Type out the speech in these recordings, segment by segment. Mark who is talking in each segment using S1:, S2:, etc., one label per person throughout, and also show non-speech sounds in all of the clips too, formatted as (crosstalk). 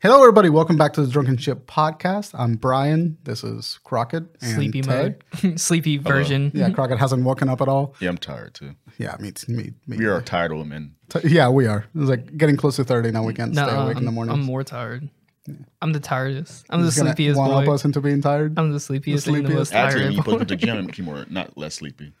S1: Hello, everybody. Welcome back to the Drunken Ship podcast. I'm Brian. This is Crockett. and
S2: Sleepy
S1: Tay.
S2: mode, (laughs) sleepy version. (laughs)
S1: Yeah, Crockett hasn't woken up at all.
S3: Yeah, I'm tired (laughs) too.
S1: Yeah, me, t- me, me.
S3: We are tired women.
S1: T- yeah, we are. It's like getting close to 30 now. We can't
S2: Nuh-uh,
S1: stay awake
S2: I'm,
S1: in the morning.
S2: I'm more tired. I'm the tiredest. I'm the
S1: It's gonna
S2: sleepiest
S1: one-up
S2: boy.
S1: us into being tired.
S2: I'm the sleepiest, and the
S1: sleepiest?
S2: most
S3: Actually,
S2: tired.
S3: you put
S2: boy.
S3: to the gym, you more not less sleepy.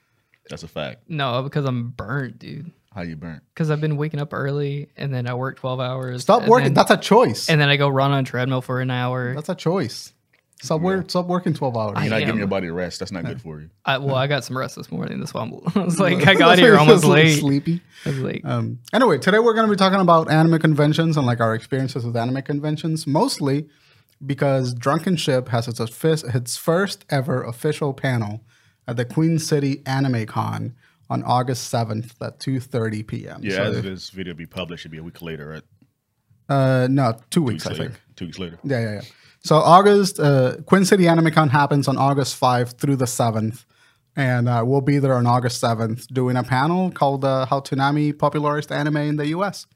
S3: That's a fact.
S2: (laughs) No, because I'm burnt, dude.
S3: How you burnt?
S2: Because I've been waking up early and then I work 12 hours.
S1: Stop
S2: and
S1: working.
S2: then-
S1: That's a choice.
S2: and then I go run on a treadmill for an hour.
S1: That's a choice. Stop, wor- stop working 12 hours.
S2: I-
S3: You're not
S2: am.
S3: giving your body rest. That's not good for you.
S2: I, well, I got some rest this morning. That's why I'm, (laughs)
S1: (laughs)
S2: I was like, I
S1: That's
S2: got
S1: why
S2: here
S1: you're
S2: almost
S1: so
S2: late.
S1: Sleepy.
S2: I was like,
S1: Um, anyway, today we're going to be talking about anime conventions and like our experiences with anime conventions, mostly because Drunken Ship has its, offic- its first ever official panel at the Queen City Anime Con on August 7th at 2.30 p.m.
S3: Yeah,
S1: So
S3: as
S1: if-
S3: this video be published, it'd be a week later, right?
S1: uh, no, two weeks,
S3: Weeks
S1: I
S3: later.
S1: think.
S3: Two weeks later.
S1: Yeah, yeah, yeah. So August, uh, Queen City AnimeCon happens on August 5th through the 7th. And uh, we'll be there on August 7th doing a panel called uh, How Toonami Popularized Anime in the U.S.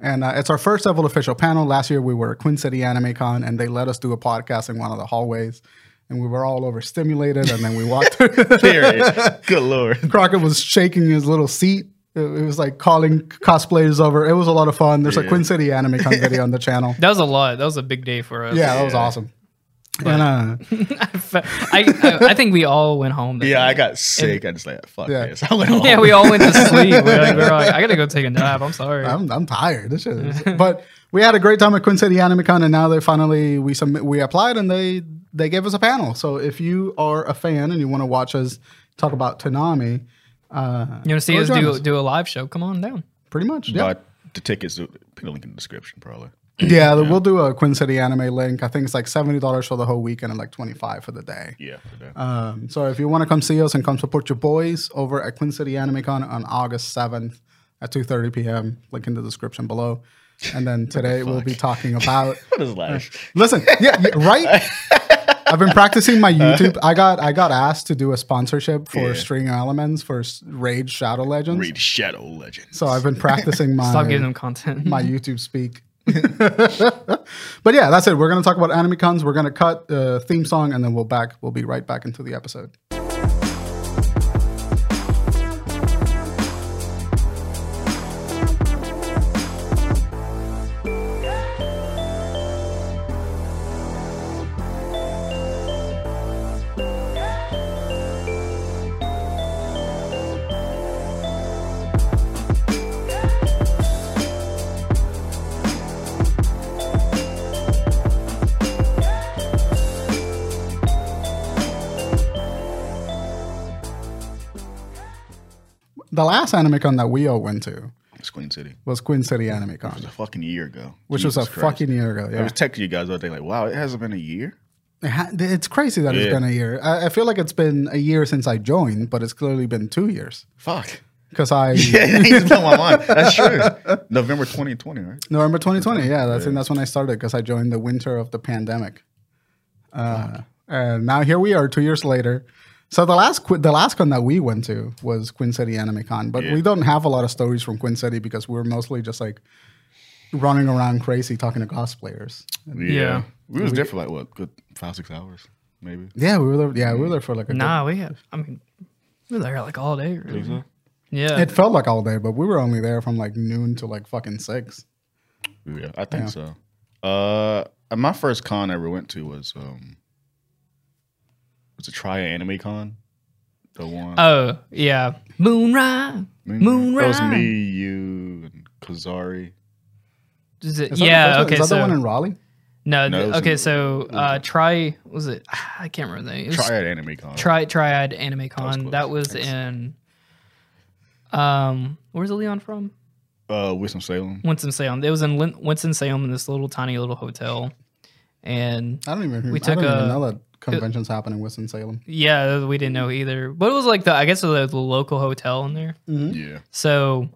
S1: And uh, it's our first ever official panel. Last year we were at Queen City AnimeCon and they let us do a podcast in one of the hallways. And we were all overstimulated. And then we walked through. (laughs)
S3: (laughs) Period. (laughs) good lord.
S1: Crockett was shaking his little seat. It it was like calling cosplayers over. It was a lot of fun. There's a
S3: Yeah.
S1: Queen City AnimeCon video on the channel.
S2: that was a lot. That was a big day for us.
S1: Yeah,
S2: (laughs)
S1: that was awesome. And uh,
S2: I, I, I think we all went home. that
S3: Yeah, I
S2: night.
S3: got sick. I just like fuck
S1: Yeah.
S3: this. (laughs) I went home.
S2: (laughs) Yeah, we all
S3: (laughs)
S2: went to sleep. We're like, we're like, I gotta go take a nap. I'm sorry.
S1: I'm, I'm tired. This shit is- but we had a great time at Queen City Anime Con, and now they finally we submit we applied and they they gave us a panel. So if you are a fan and you want to watch us talk about Toonami, uh,
S2: You want to see
S1: Go
S2: us
S1: join
S2: do
S1: us.
S2: do a live show? Come on down.
S1: pretty much yeah
S3: But the tickets, uh, put a link in the description, probably.
S1: yeah we'll do a Queen City Anime link. I think it's like seventy dollars for the whole weekend and like twenty five for the day.
S3: Yeah. For that.
S1: Um, so if you want to come see us and come support your boys over at Queen City Anime Con on August 7th at 2.30 p.m. Link in the description below. And then today we'll be talking about...
S3: what is life?
S1: Listen, yeah, yeah, right?
S3: (laughs)
S1: I've been practicing my YouTube. I got I got asked to do a sponsorship for
S3: Yeah.
S1: String Elements for S- Raid Shadow Legends.
S3: Read Shadow Legends.
S1: So I've been
S2: (laughs)
S1: practicing my
S2: Stop giving them content.
S1: my YouTube speak. (laughs) but yeah, that's it. We're gonna talk about anime cons. We're gonna cut uh, theme song, and then we'll back. We'll be right back into the episode. The last anime con that we all went to
S3: It's Queen City.
S1: was Queen City Anime
S3: It was
S1: Con,
S3: a fucking year ago.
S1: which was a
S3: Jesus Christ.
S1: fucking year ago.
S3: I
S1: Yeah,
S3: was texting you guys the other day, like, wow, it hasn't been a year.
S1: It ha- it's crazy that it's
S3: Yeah.
S1: been a year. I, I feel like it's been a year since I joined, but it's clearly been two years
S3: Fuck.
S1: because I
S3: (laughs) Yeah, he's blown my mind. That's true. November 2020, right?
S1: November 2020. Yeah, that's and that's when I started because I joined the winter of the pandemic. Uh, and now here we are, two years later. So the last Qui- the last con that we went to was Queen City Anime Con, but we don't have a lot of stories from Queen City because we were mostly just like running around crazy talking to cosplayers.
S3: Yeah. We was there for like, what, good five, six hours, maybe?
S1: Yeah, we were there. Yeah, we were there for like a.
S2: (laughs) nah, we had. I mean, we were there like all day. Really. Yeah,
S1: Good, it felt like all day, but we were only there from like noon to like fucking six.
S3: Yeah, I think so. Uh, my first con I ever went to was um, was a Try Anime Con. The one. Mm-hmm.
S2: Oh yeah, Moonrise. Moonrise.
S3: That was me, you, and Kazari.
S2: Is it-
S1: Is that the first
S2: yeah.
S1: one?
S2: Okay.
S1: Is that
S2: so
S1: the one in Raleigh?
S2: no.
S3: No, it
S2: th-
S3: was
S2: okay.
S3: in-
S2: So uh, try. Was it? (sighs) I can't remember the name. It was
S3: Triad Anime Con.
S2: Tri- Triad Anime Con.
S3: close.
S2: That was, in. Um, where's Leon from?
S3: uh, Wisdom Salem.
S2: Winston Salem. It was in Lin- Winston Salem in this little tiny little hotel, and
S1: I don't even.
S2: We
S1: I
S2: took
S1: don't even
S2: a-
S1: know that conventions happen in Winston Salem.
S2: Yeah, we didn't know either. But it was like the I guess it was the local hotel in there.
S3: Yeah.
S2: So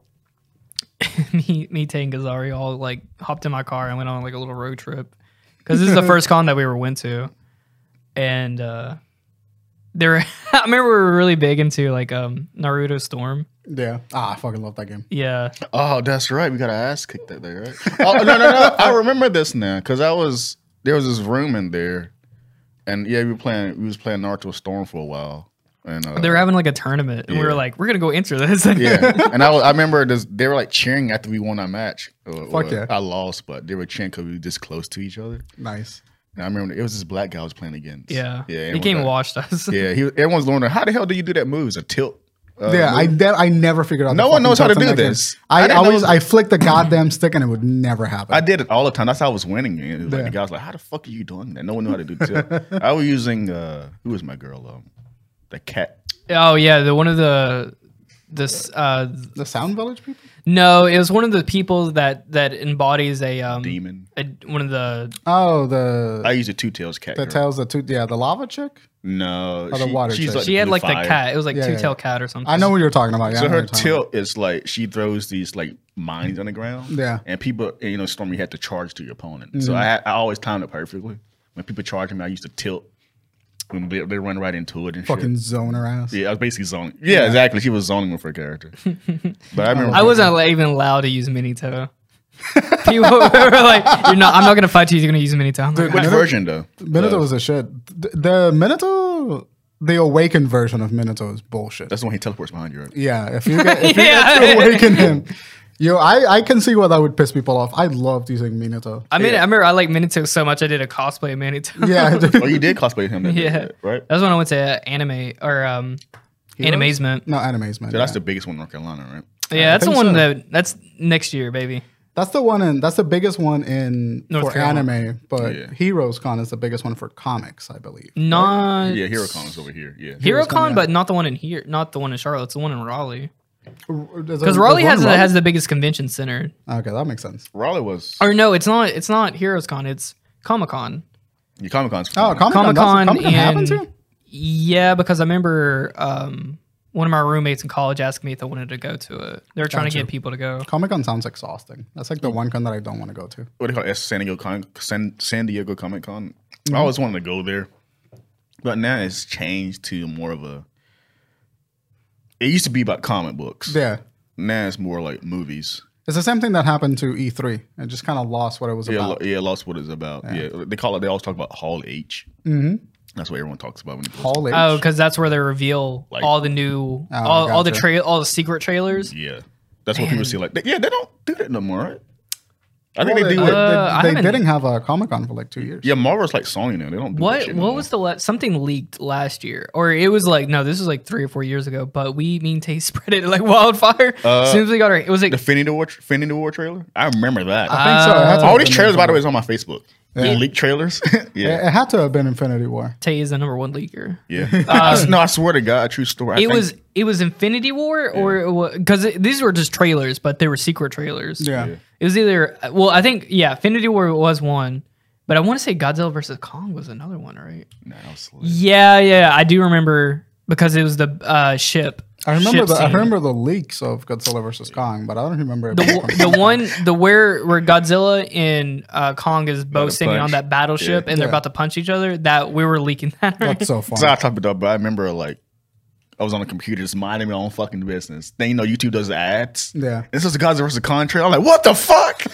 S2: (laughs) me, me, Tay, and Gazari all like hopped in my car and went on like a little road trip because this is the first con that we ever went to, (laughs) and uh, there I remember we were really big into like um Naruto Storm.
S1: Yeah. Ah, I fucking love that game.
S2: Yeah,
S3: Oh, that's right. We got our ass kicked that day, right? (laughs) oh no, no, no. I remember this now because I was there was this room in there, and yeah, we were playing. We was playing Naruto Storm for a while, and uh,
S2: they were having like a tournament, and we were
S3: Yeah.
S2: like, we're gonna go enter (laughs) this.
S3: yeah, and I was, I remember this, they were like cheering after we won our match. Or-
S1: Fuck
S3: or-
S1: yeah.
S3: I lost, but they were cheering because we were this close to each other.
S1: Nice.
S3: And I remember it was this black guy I was playing against.
S2: yeah.
S3: yeah.
S2: he
S3: everyone
S2: came
S3: got-
S2: and watched us.
S3: Yeah, he, everyone's learning how the hell do you do that move? It's a tilt. uh,
S1: yeah, I
S3: move.
S1: de- I never figured out.
S3: No
S1: the
S3: one
S1: fucking
S3: knows how to
S1: touch on
S3: do
S1: that game.
S3: this. I
S1: I,
S3: didn't
S1: always
S3: know-
S1: I flicked the goddamn stick and it would never happen.
S3: I did it all the time. That's how I was winning. It was like,
S1: Yeah.
S3: The guy was like, "How the fuck are you doing that?" No one knew how to
S1: (laughs)
S3: do tilt. I was using uh, who was my girl? Um, the cat.
S2: (laughs) Oh yeah, the one of the this uh
S1: the Sound Village people.
S2: no, it was one of the people that that embodies a um
S3: Demon.
S2: a, one of the
S1: Oh, the
S3: I used a two tails cat.
S1: the
S3: girl.
S1: tails the two. Yeah, the lava chick.
S3: no,
S1: Oh, the
S3: she-
S1: water
S3: she's
S1: chick.
S3: like
S2: she had
S3: blue
S2: like
S3: fire.
S2: the cat. It was like
S1: Yeah, yeah,
S2: two
S1: yeah.
S2: tail cat or something.
S1: I know what you're talking about. Yeah, I
S3: So
S1: know
S3: her
S1: what you're talking
S3: tilt is like she throws these like mines on the ground.
S1: Yeah. Mm-hmm.
S3: And people, and, you know, Storm, you had to charge to your opponent. So I, had- I always timed it perfectly. When people charge me, I used to tilt. And they, they run right into it and
S1: about. Fucking
S3: shit.
S1: zone her ass.
S3: Yeah, I was basically zoning. Yeah, exactly. She was zoning with
S1: (laughs)
S3: her character. But I remember
S2: I wasn't like, even allowed to use mini
S1: (laughs)
S2: toe. People were like, "You're not. I'm not gonna fight you. You're gonna use mini toe." I'm like,
S3: which version though? Uh,
S1: Minotaur
S3: The-
S1: was a shit. The, the Minotaur, the awakened version of Minotaur is bullshit.
S3: That's the one he teleports behind you. Right?
S1: Yeah, if you get, if
S2: Yeah.
S1: you get to awaken him, yo, I I can see why that would piss people off. I loved using Minotaur.
S2: I mean, I remember I like Minotaur so much. I did a cosplay of (laughs) Minotaur.
S1: Yeah,
S3: (laughs) Oh, you did cosplay him. That day,
S2: Yeah.
S3: Right.
S2: That's when I went to anime or um, animazement.
S1: no animes, man.
S3: So that's
S1: yeah.
S3: the biggest one in North Carolina, right?
S2: Yeah, that's the
S1: think
S2: one
S1: so.
S2: that that's next year, baby.
S1: That's the one in that's the biggest one in
S2: North
S1: for
S2: Carolina.
S1: anime, but
S3: Yeah.
S1: Heroes Con is the biggest one for comics, I believe.
S2: Mm. Not
S3: Yeah, HeroCon is over here. Yeah.
S2: HeroCon,
S1: yeah.
S2: but not the one in here, not the one in Charlotte. It's the one in Raleigh.
S1: Because
S2: Because Raleigh has the, has the biggest convention center.
S1: okay, that makes sense.
S3: Raleigh was
S2: Or no, it's not. It's not HeroesCon. It's Comic Con.
S3: your Comic Con's.
S1: Oh, Comic Con
S2: Comic-Con
S1: Comic Con happens
S2: and-
S1: here.
S2: Yeah, because I remember um, one of my roommates in college asked me if I wanted to go to it. They were trying to get people to go.
S1: Comic Con sounds exhausting. That's
S2: Mm.
S1: like the one con that I don't want to go to.
S3: what do you call it? S- San Diego Con- San, San Diego Comic Con.
S1: Mm-hmm.
S3: I always wanted to go there, but now it's changed to more of a. It used to be about comic books.
S1: Yeah,
S3: Now it's more like movies.
S1: it's the same thing that happened to E3. It just kind of lost what it was
S3: Yeah,
S1: about.
S3: lo- yeah, lost what it's about. Yeah. they call it. They always talk about Hall H. Mm-hmm. That's what everyone talks about when it goes-
S1: Hall H.
S2: Oh, because that's where they reveal
S3: Like-
S2: all the new, all, all the
S1: gotcha.
S2: trail, all the secret trailers.
S3: Yeah, that's what people see. Like, yeah, they don't do that no more. Right? I
S1: Well,
S3: think they do
S1: They,
S3: it.
S2: Uh, I
S1: they
S2: haven't-
S1: didn't have a Comic Con for like two years.
S3: Yeah, Marvel's like Sony now. They don't. Do that
S2: What
S3: shit no
S2: what
S3: more.
S2: was the la- something leaked last year, or it was like no, this was like three or four years ago. But we mean taste (laughs) spread it like wildfire. as soon as we got our, it was like
S3: Uh, the Infinity War, Infinity War trailer? I remember that.
S1: I think so. It had to
S3: All
S1: have
S3: these
S1: been
S3: trailers, by the way,
S1: Infinity-
S3: is on my Facebook. The leaked trailers. (laughs) yeah,
S1: It- It had to have been Infinity War.
S2: Tay is the number one leaker.
S3: yeah. I s- (laughs) no, I swear to God, true story. I
S2: Uh, It
S3: think-
S2: was it was Infinity War or because these were just trailers, but they were secret trailers.
S1: Yeah.
S2: it was either well, I think yeah, Infinity War was one, but I want to say Godzilla versus Kong was another one, right?
S3: Nah, I was like-
S2: Yeah, yeah, I do remember because it was the uh, ship.
S1: I remember
S2: ship
S1: the I
S2: scene.
S1: remember the leaks of Godzilla versus Kong, but I don't remember it.
S2: the,
S1: being from-
S2: w- the one the where where Godzilla and uh, Kong is both
S3: to
S2: sitting on
S3: punch.
S2: that battleship and they're
S1: Yeah.
S2: about to punch each other. That we were leaking that.
S1: That's
S3: (laughs)
S1: so
S3: So
S1: fun.
S3: I talked about, but I remember like I was on the computer just minding my own fucking business. Then you know YouTube does the ads.
S1: Yeah.
S3: This is the Godzilla versus Kong trailer. I'm like, what
S1: (laughs)
S3: the fuck?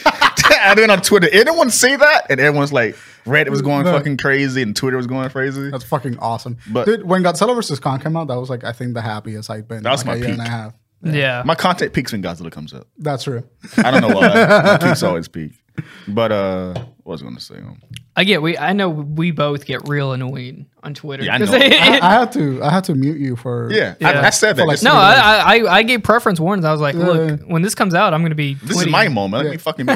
S3: I did it on Twitter. Anyone see that? And everyone's like, Reddit was going
S1: No.
S3: fucking crazy and Twitter was going crazy.
S1: That's fucking awesome.
S3: But-
S1: Dude, when Godzilla vs. Kong came out, that was like I think the happiest I've been. in,
S3: That's
S1: like
S3: my
S1: a year and a
S3: peak.
S1: half.
S2: yeah.
S3: my content peaks when Godzilla comes up.
S1: That's true.
S3: I don't know
S1: (laughs)
S3: why. My peaks always peak. But uh, what was I gonna say? Um,
S2: I get we I know we both get real annoyed on Twitter.
S3: Yeah,
S2: (laughs)
S3: I
S2: 'Cause
S3: know.
S2: it-
S1: I, I had to I had to mute you for
S3: Yeah,
S2: Yeah.
S3: I, I said that.
S1: For like
S3: Just-
S2: no, I, I I- I gave preference warnings. I was like, look,
S1: Yeah.
S2: when this comes out, I'm gonna be.
S3: this is
S2: tweeting.
S3: my moment. Let me fucking.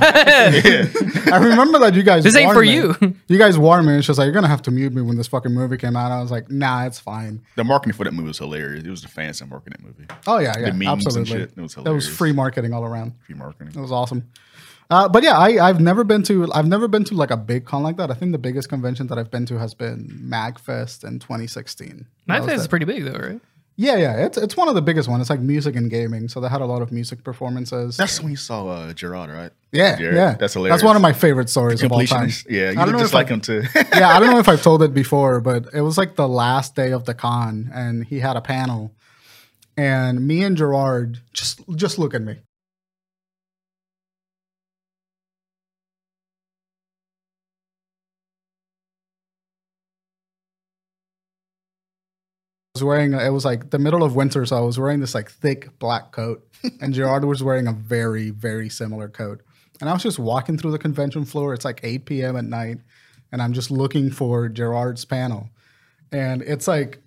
S3: yeah.
S1: I remember that you guys.
S2: This ain't
S1: warned
S2: for
S1: me.
S2: you.
S1: You guys warned me. It's just like you're gonna have to mute me when this fucking movie came out. I was like, nah, it's fine.
S3: The marketing for that movie was hilarious. It was the fans that marketed that movie.
S1: Oh yeah, yeah,
S3: memes and
S1: absolutely.
S3: shit, it was
S1: that was
S3: hilarious.
S1: free marketing all around.
S3: If you marketing.
S1: It was awesome. Uh, but yeah, I, I've never been to I've never been to like a big con like that. I think the biggest convention that I've been to has been MagFest in 2016.
S2: My
S1: That was
S2: face is
S1: the-
S2: pretty big
S1: (laughs)
S2: though, right?
S1: yeah, yeah, it's it's one of the biggest ones. It's like music and gaming, so they had a lot of music performances.
S3: That's when you saw uh, Gerard, right?
S1: yeah,
S3: Jared.
S1: yeah,
S3: That's hilarious.
S1: That's one of my favorite stories of all time.
S3: completionist. Yeah,
S1: I
S3: you
S1: don't
S3: look
S1: know
S3: just
S1: if I-
S3: like (laughs) him too.
S1: (laughs) yeah, I don't know if I've told it before, but it was like the last day of the con, and he had a panel, and me and Gerard just just look at me. I was wearing it was like the middle of winter, so I was wearing this like thick black coat, and Gerard was wearing a very very similar coat. And I was just walking through the convention floor. It's like 8 p.m. at night, and I'm just looking for Gerard's panel, and it's like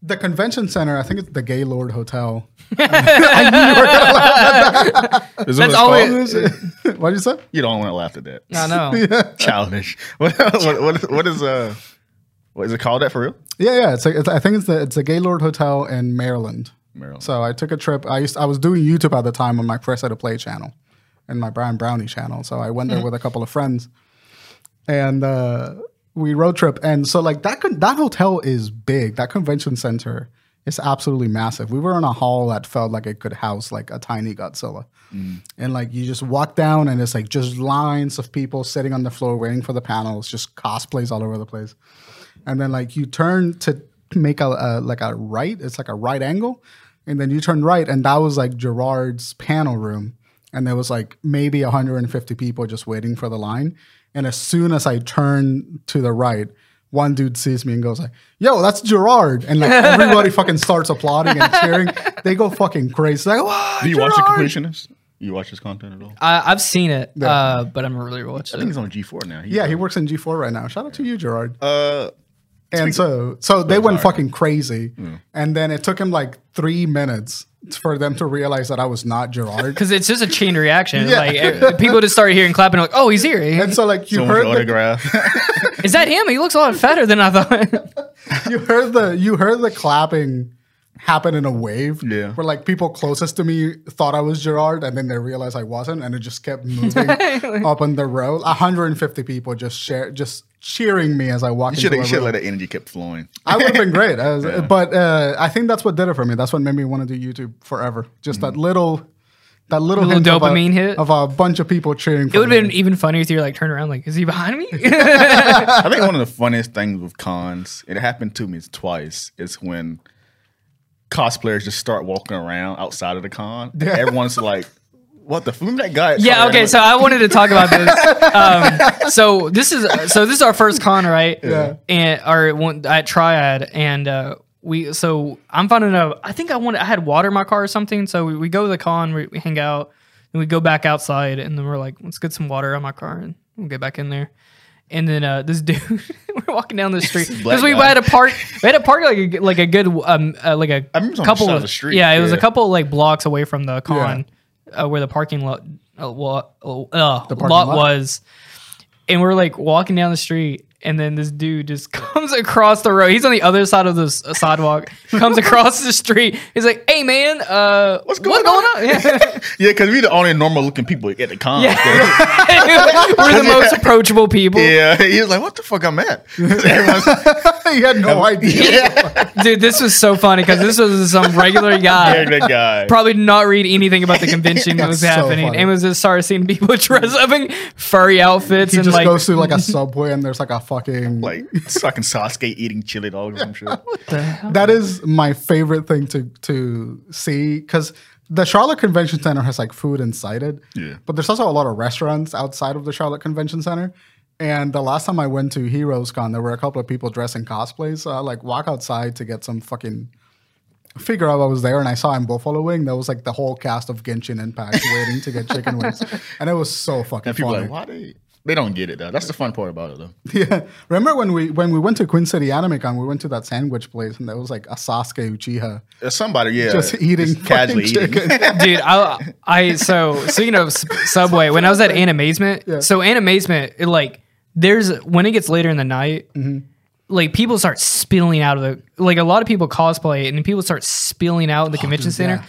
S1: the convention center. I think it's the Gaylord Hotel. (laughs)
S3: Is that
S2: That's
S3: what it's
S2: always-
S3: called?
S1: what did you say?
S3: (laughs) You don't want to laugh at that.
S2: I know.
S3: (laughs) Childish. (laughs) What, what, what, what is uh? What is it called that for real?
S1: Yeah, yeah. It's, like, it's I think it's the it's the Gaylord Hotel in Maryland.
S3: Maryland.
S1: So I took a trip. I used I was doing YouTube at the time on my Press How to Play channel, and my Brian Brownie channel. So I went there with a couple of friends, and uh, we road trip. And so like that con- that hotel is big. That convention center is absolutely massive. We were in a hall that felt like it could house like a tiny Godzilla, and like you just walk down and it's like just lines of people sitting on the floor waiting for the panels, just cosplays all over the place and then like you turn to make a, a like a right it's like a right angle and then you turn right and that was like gerard's panel room and there was like maybe 150 people just waiting for the line and as soon as i turn to the right one dude sees me and goes like yo that's gerard and like everybody fucking starts applauding and cheering they go fucking crazy like wow
S3: Do you
S1: gerard!
S3: watch the completionist? You watch his content at all?
S2: I, I've seen it, uh, but I'm really
S3: I
S2: watching
S3: think
S2: it.
S3: he's on G four now. uh, He's
S1: yeah he
S3: on-
S1: works in g4 right now shout out to you gerard
S3: Uh,
S1: And so, so they went fucking crazy. And then it took him like three minutes for them to realize that I was not
S3: (laughs)
S1: Gerard.
S2: Because it's just a chain reaction.
S1: Yeah.
S2: Like eh, people just started hearing clapping. Like, oh, he's here.
S1: And so, like you
S3: someone's
S1: heard, the,
S3: (laughs) autograph.
S2: Is that him? He looks a lot fatter than I thought. (laughs)
S1: you heard the, you heard the clapping happen in a wave.
S3: Yeah.
S1: where like people closest to me thought I was Gerard, and then they realized I wasn't, and it just
S2: (laughs)
S1: kept moving up in the row. 150 people just share, just cheering me as I walked.
S3: should
S1: into
S3: have
S1: my room.
S3: let that energy kept (laughs) flowing.
S1: I would have been great. I was- But uh, I think that's what did it for me. That's what made me want to do YouTube forever. Just
S3: Mm.
S1: that little, that little,
S2: Little
S1: hint of a-
S2: dopamine hit.
S1: of a bunch of people cheering. For
S2: It would
S1: me. (laughs)
S2: have been even funnier if you were like turn around, like, is he behind me? (laughs)
S3: I think one of the funniest things with cons, it happened to me twice, is when cosplayers just start walking around outside of the (laughs) con. Everyone's like, what the f- Remember that guy? at
S2: yeah.
S3: Colorado?
S2: Okay. So I wanted to talk about
S3: (laughs)
S2: this. Um, so this is so this is our first con, right?
S1: Yeah.
S2: And our one at Triad, and uh, we so I'm finding out. I think I wanted I had water in my car or something. So we, we go to the con, we, we hang out, and we go back outside, and then we're like, let's get some water on my car, and we'll get back in there. And then uh, this (laughs) dude, we're walking down the street
S3: Black
S2: because we
S3: guy.
S2: had a park. We had a park like a, like a good um uh, like a
S3: I remember it was on the
S2: couple
S3: side
S2: of
S3: of the street,
S2: Yeah, it was a
S3: yeah.
S2: couple like blocks away from the con, uh, where the parking lot uh, wa- uh,
S1: parking
S2: lot,
S1: lot?
S2: was, and we're like walking down the street. And then this dude just (laughs) comes across the road. He's on the other side of the s- uh, sidewalk. comes across the street. He's like, "Hey man, uh, what's
S3: going
S2: on?" (laughs) Yeah.
S3: Yeah, because we the only normal looking people at the con. Yeah. (laughs)
S2: We're the
S1: (laughs)
S2: most approachable people.
S3: He was like, what the fuck I'm (laughs) at? Everyone's
S1: he had
S2: (laughs)
S1: no idea.
S2: Dude, this was so funny because this was some
S1: (laughs)
S2: regular guy.
S3: staring at that guy.
S2: Probably did not read anything about the convention that was
S1: That's so
S2: happening.
S1: funny.
S2: and was just started seeing people (laughs) dress up in furry outfits
S1: He
S2: and
S1: just
S2: like
S1: goes through like a subway, and there's like a fucking
S3: (laughs) Like sucking Sasuke eating chili dogs, I'm sure.
S1: (laughs) that is my favorite thing to to see because the Charlotte Convention Center has like food inside it.
S3: Yeah.
S1: But there's also a lot of restaurants outside of the Charlotte Convention Center. And the last time I went to Heroes Con, there were a couple of people dressed in cosplay. So I like walk outside to get some fucking figure out I was there and I saw in Buffalo Wing that was like the whole cast of Genshin
S3: (laughs)
S1: Impact waiting to get chicken wings. And it was so fucking
S3: And people
S1: funny.
S3: like, why they they don't get it though. That's the fun part about it though.
S1: (laughs) Yeah. Remember when we when we went to Queen City Anime Con, we went to that sandwich place and there was like a Sasuke Uchiha
S3: There's Uh, somebody, yeah.
S1: just eating
S3: (laughs) casually
S1: fucking
S3: eating. (laughs)
S1: chicken.
S2: dude i i so speaking of S- subway when i was at animazement so animazement it like there's when it gets later in the night like people start spilling out of the like a lot of people cosplay and people start spilling out in the convention center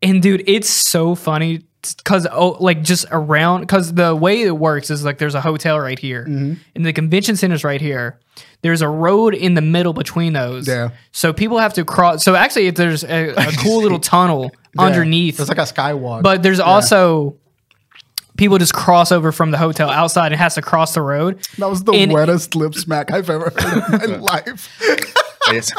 S2: and dude it's so funny because oh like just around because the way it works is like there's a hotel right here and the convention center's right here there's a road in the middle between those
S1: Yeah.
S2: so people have to cross so actually if there's a, a cool little tunnel underneath
S1: It's like a skywalk.
S2: but there's also people just cross over from the hotel outside and has to cross the road.
S1: that was the
S2: and-
S1: wettest lip smack I've ever heard in my life.
S3: It's-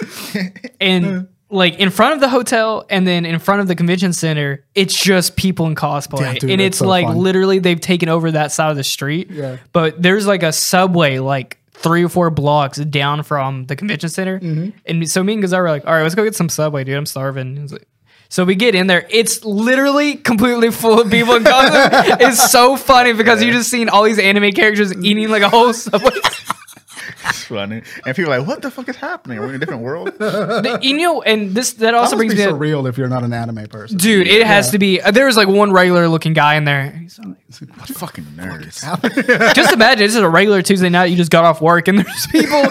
S1: Hmm.
S2: And like in front of the hotel and then in front of the convention center, it's just people in cosplay.
S1: Yeah, dude,
S2: and
S1: that's
S2: it's
S1: so
S2: like
S1: fun.
S2: literally they've taken over that side of the street.
S1: Yeah.
S2: But there's like a subway like three or four blocks down from the convention center.
S1: Mm-hmm.
S2: And so me and Gazar were like, all right, let's go get some subway, dude. I'm starving. He was like- so we get in there. It's literally completely full of people in cosplay.
S1: (laughs)
S2: it's so funny because you just seen all these anime characters eating like a
S1: (laughs)
S2: whole subway.
S3: It's funny. And people are like, what the fuck is happening? We're in a
S1: (laughs)
S3: different world.
S2: The- you know, and this that
S1: That
S2: also
S1: must be
S2: brings me to-
S1: surreal if you're not an anime person.
S2: Dude, it has to be. uh, There was like one regular looking guy in there. He's
S3: What fucking nerds?
S2: like- Just imagine, this is a regular Tuesday night. You just got off work and there's
S3: (laughs)
S2: people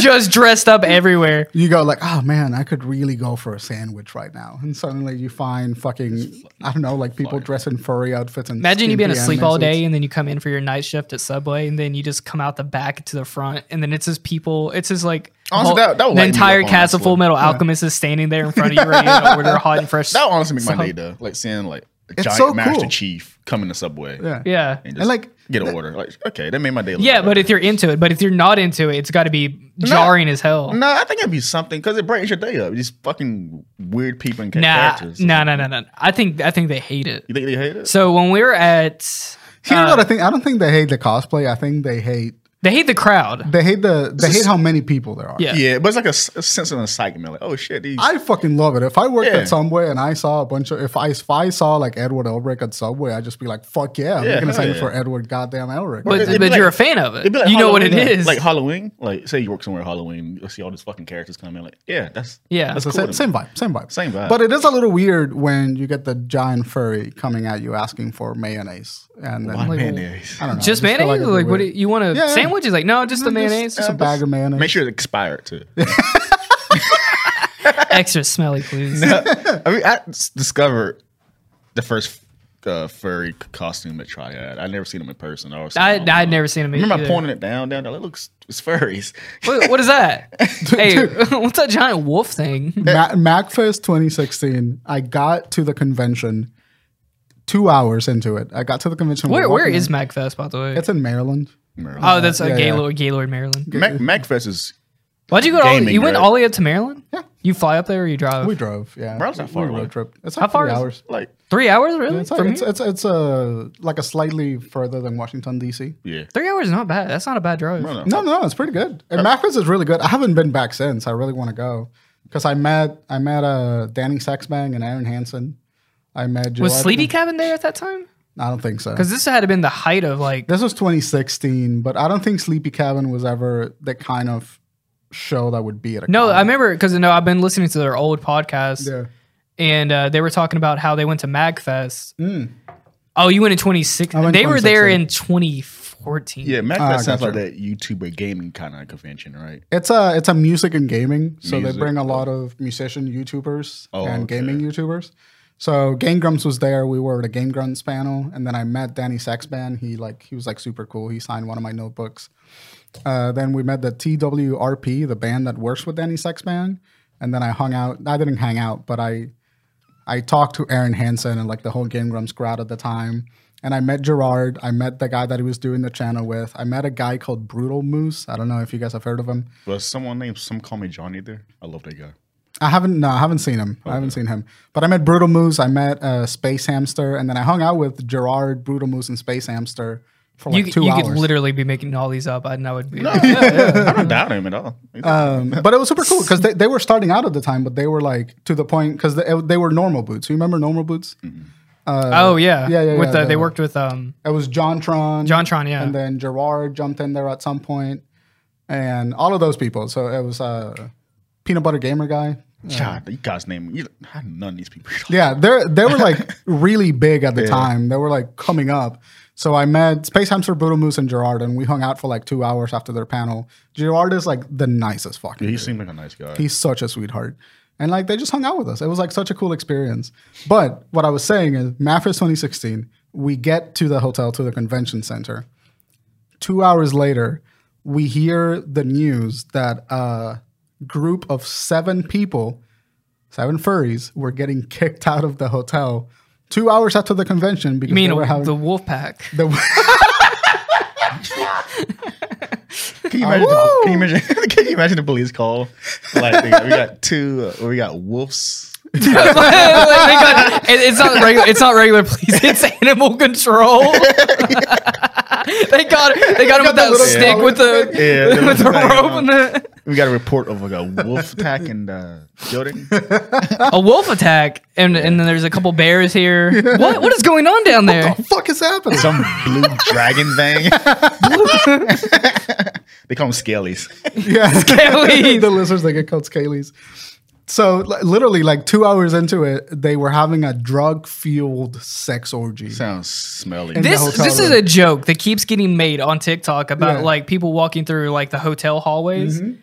S2: just dressed up everywhere.
S1: You go like, oh man, I could really go for a sandwich right now, and suddenly you find fucking I don't know, like people dressed in furry outfits and
S2: Imagine
S1: skimpy
S2: you being asleep
S1: anime
S2: all
S1: suits.
S2: day and then you come in for your night shift at Subway and then you just come out the back to the front and then it's just people. It's just like
S3: Honestly, that- that would
S2: the
S3: light me
S2: entire
S3: up,
S2: cast of
S3: honestly.
S2: Full Metal Alchemist is standing there in front of you ready
S3: (laughs)
S2: to order hot and fresh.
S3: That would honestly make my
S2: So-
S3: day though. Like seeing like a
S1: It's
S3: giant
S1: so
S3: Master
S1: cool.
S3: Chief come in the subway.
S1: Yeah.
S2: Yeah.
S3: And just
S1: And, like,
S3: get an order. Like, okay, that made my day. a
S2: Yeah,
S3: little
S2: but
S3: better.
S2: if you're into it, but if you're not into it, it's got to be jarring as hell.
S3: No, I think it'd be something because it brightens your day up. These fucking weird people and
S2: Nah,
S3: characters.
S2: nah, nah, nah, nah. I think I think they hate it.
S3: You think they hate it?
S2: So when we were at,
S1: Here's what I think. I don't think they hate the cosplay. I think they hate
S2: they hate the crowd.
S1: they hate the they hate how many people there are.
S2: Yeah.
S3: Yeah, but it's like a, s- a sense of excitement. Like, oh shit, these
S1: I fucking love it. If I worked
S3: Yeah.
S1: at Subway and I saw a bunch of if I if I saw like Edward Elric at Subway, I'd just be like, fuck yeah, I'm
S3: Yeah,
S1: making a
S3: hell
S1: sandwich
S3: yeah.
S1: for Edward goddamn Elric.
S2: But,
S3: it'd be
S2: but
S3: like-
S2: you're a fan of it.
S3: It'd be like
S2: you know what it
S3: Halloween,
S2: is.
S3: Like Halloween, like say you work somewhere Halloween, you'll see all these fucking characters come in. Like, yeah, that's
S2: Yeah.
S3: that's
S1: So
S3: cool.
S1: same,
S3: to me.
S1: same vibe, same vibe,
S3: Same vibe.
S1: But it is a little weird when you get the giant furry coming at you asking for mayonnaise, and then
S3: Why
S1: like,
S3: mayonnaise?
S1: I don't know,
S2: just
S1: I feel
S2: mayonnaise?
S1: it'd be
S2: Like, what do
S1: weird.
S2: you, you want a
S1: Yeah, yeah.
S2: sandwich? He's like, no, just the mayonnaise.
S1: Just uh, a bag of mayonnaise.
S3: (laughs) Make sure it's expired too.
S2: Extra smelly, please.
S3: (laughs) I mean, I s- discovered the first uh, furry c- costume at Triad. I never seen them in person. I
S2: I I'd never seen him.
S3: Remember
S2: either.
S3: I pointing it down, down. there, Like, looks it's furries. (laughs)
S2: What, what is that? hey, (laughs) what's that giant
S1: (laughs)
S2: wolf thing?
S1: Ma- MacFest 2016. I got to the convention two hours into it. I got to the convention.
S2: Where
S1: we're
S2: where
S1: walking
S2: is
S1: in.
S2: Magfest, by the way?
S1: It's in Maryland.
S2: oh, that's
S1: Yeah,
S2: a
S1: yeah.
S2: Gaylord, Gaylord, Maryland.
S3: Mac, Macfest is
S2: Why'd you go? to all,
S3: Gaming,
S2: you went
S3: right?
S2: all the way up to Maryland?
S1: Yeah.
S2: You fly up there or you drive?
S1: We drove. Yeah,
S3: Maryland's not far
S1: we
S3: away.
S1: road trip. It's
S2: How
S1: like
S2: far
S1: three
S2: is it?
S1: hours.
S3: like
S2: Three hours, really?
S1: It's
S2: From
S1: like, it's,
S2: here?
S1: it's it's a like a slightly further than Washington D.C.
S3: yeah.
S2: Three hours is not bad. That's not a bad drive.
S3: no.
S1: No, no, it's pretty good. And Macfest is really good. I haven't been back since. I really want to go because I met I met uh, Danny Saxbang and Aaron Hansen. I met Joe
S2: Was
S1: Edgerton.
S2: Sleepy Cabin there at that time?
S1: I don't think so.
S2: Because this had been the height of like
S1: This was 2016, but I don't think Sleepy Cabin was ever the kind of show that would be at a
S2: no,
S1: con.
S2: I remember because no, I've been listening to their old podcast
S1: Um, Yeah.
S2: and uh, they were talking about how they went to Magfest. Oh, you went in 2016.
S1: Mm. I went
S2: they were there
S1: 2016.
S2: in 2014.
S3: Yeah, Macfest
S1: Ah,
S3: sounds
S1: gotcha.
S3: like that YouTuber gaming kind of convention, right?
S1: It's a it's a music and gaming, so they
S3: Music,
S1: bring a lot of musician YouTubers
S3: Oh,
S1: and
S3: okay.
S1: gaming YouTubers. So Game Grumps was there. We were at a Game Grumps panel, and then I met Danny Saxban. He like he was like super cool. He signed one of my notebooks. Uh, then we met the TWRP, the band that works with Danny Saxban, and then I hung out. I didn't hang out, but I I talked to Aaron Hansen and like the whole Game Grumps crowd at the time. And I met Gerard. I met the guy that he was doing the channel with. I met a guy called Brutal Moose. I don't know if you guys have heard of him.
S3: Was someone named some call me Johnny there? I love that guy.
S1: I haven't. No, I haven't seen him. I haven't seen him. But I met Brutal Moose. I met uh, Space Hamster, and then I hung out with Gerard, Brutal Moose, and Space Hamster for
S2: you,
S1: like two
S2: you
S1: hours.
S2: could literally be making all these up, and I would be.
S3: (laughs) I don't doubt him at all.
S2: (laughs)
S3: He's
S1: um, but it was super cool because they, they were starting out at the time, but they were like to the point because they, they were normal boots. You remember normal boots?
S2: oh yeah,
S1: uh, yeah, yeah,
S2: With
S1: yeah,
S2: the,
S1: the-
S2: they worked with um
S1: It was Jontron.
S2: Jontron, yeah.
S1: And then Gerard jumped in there at some point, and all of those people. So it was uh, Peanut Butter Gamer guy.
S3: God, you guys name you I know none of these people.
S1: Yeah, they they were like really big at the time. They were like coming up. So I met Space Hamster, Brutal Moose, and Gerard, and we hung out for like two hours after their panel. Gerard is like the nicest fucking.
S3: He
S1: dude.
S3: seemed like a nice guy.
S1: He's such a sweetheart. And like they just hung out with us. It was like such a cool experience. But what I was saying is Mafis 2016, we get to the hotel to the convention center. Two hours later, we hear the news that a group of seven people, seven furries, were getting kicked out of the hotel two hours after the convention because
S2: I
S1: (laughs)
S2: mean
S1: they were having
S2: the Wolf Pack.
S1: the
S3: Can you imagine? The, can, you imagine (laughs) can you imagine the police call? Like we got, we got two. Uh, we got wolves.
S2: (laughs) Like, they got- it- it's not regular. It's not regular police. (laughs) It's animal control. (laughs) they got they got him with that
S1: little
S2: stick
S1: collar
S2: with the
S3: Yeah,
S2: (laughs) with
S3: (laughs) that's
S2: the
S3: what I'm
S2: rope
S3: saying.
S2: and the
S3: We got a report of like a wolf attack in the building.
S2: a wolf attack and and then there's a couple bears
S1: (laughs)
S2: here. What what is going on down (laughs) there?
S1: the fuck is happening?
S3: Some blue dragon thing. (laughs) they call them scalies.
S1: yeah.
S2: Kelly.
S1: (laughs) the lizards that get called Scalies. So li- literally, like two hours into it, they were having a drug fueled sex orgy.
S3: Sounds smelly.
S1: And-
S2: This
S1: hotel
S2: this is
S1: room.
S2: a joke that keeps getting made on TikTok about
S1: Yeah. Mm-hmm.
S2: like people walking through like the hotel hallways, and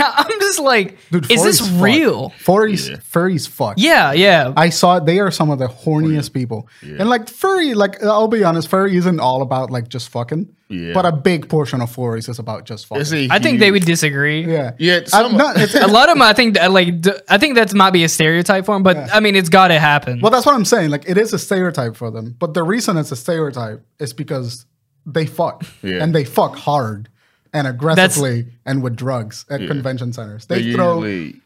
S2: I, I'm just like,
S1: Dude,
S2: is
S1: furries
S2: this
S1: fuck.
S2: real?
S1: Furries,
S3: Yeah.
S1: furries, fuck.
S2: Yeah, yeah.
S1: I saw they are some of the horniest people. And like furry, like I'll be honest, furry isn't all about like just fucking.
S3: Yeah.
S1: But a big portion of furries is about just fucking.
S3: It's a
S2: I think they
S3: huge-
S2: would disagree.
S1: yeah.
S3: Yeah,
S1: I'm
S3: some-
S1: not, it's,
S2: a lot of them, I think, that, like, d- I think that might be a stereotype for them, but I mean, it's got to happen.
S1: well, that's what I'm saying. Like it is a stereotype for them, but the reason it's a stereotype is because they fuck
S3: Yeah.
S1: and they fuck hard and aggressively and with drugs at convention centers. They,
S3: They
S1: throw.
S3: usually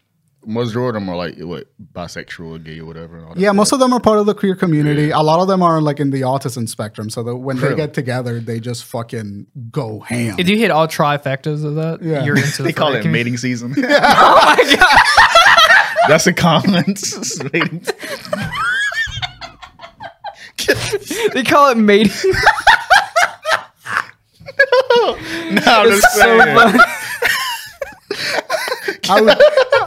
S3: most of them are like what bisexual, gay, or whatever. and all that
S1: Yeah,
S3: crap.
S1: most of them are part of the queer community. A lot of them are like in the autism spectrum. So that when they
S3: Really?
S1: get together, they just fucking go ham.
S2: if you hit all trifectas of that,
S1: Yeah.
S2: you're into the
S3: (laughs) they call
S2: furry
S3: it
S2: community.
S3: mating (laughs) season. oh my god, that's a comment. (laughs) Mating-
S2: (laughs) They call it mating.
S3: (laughs) no, I'm just
S2: (laughs) so
S3: saying.
S2: funny.
S1: I would,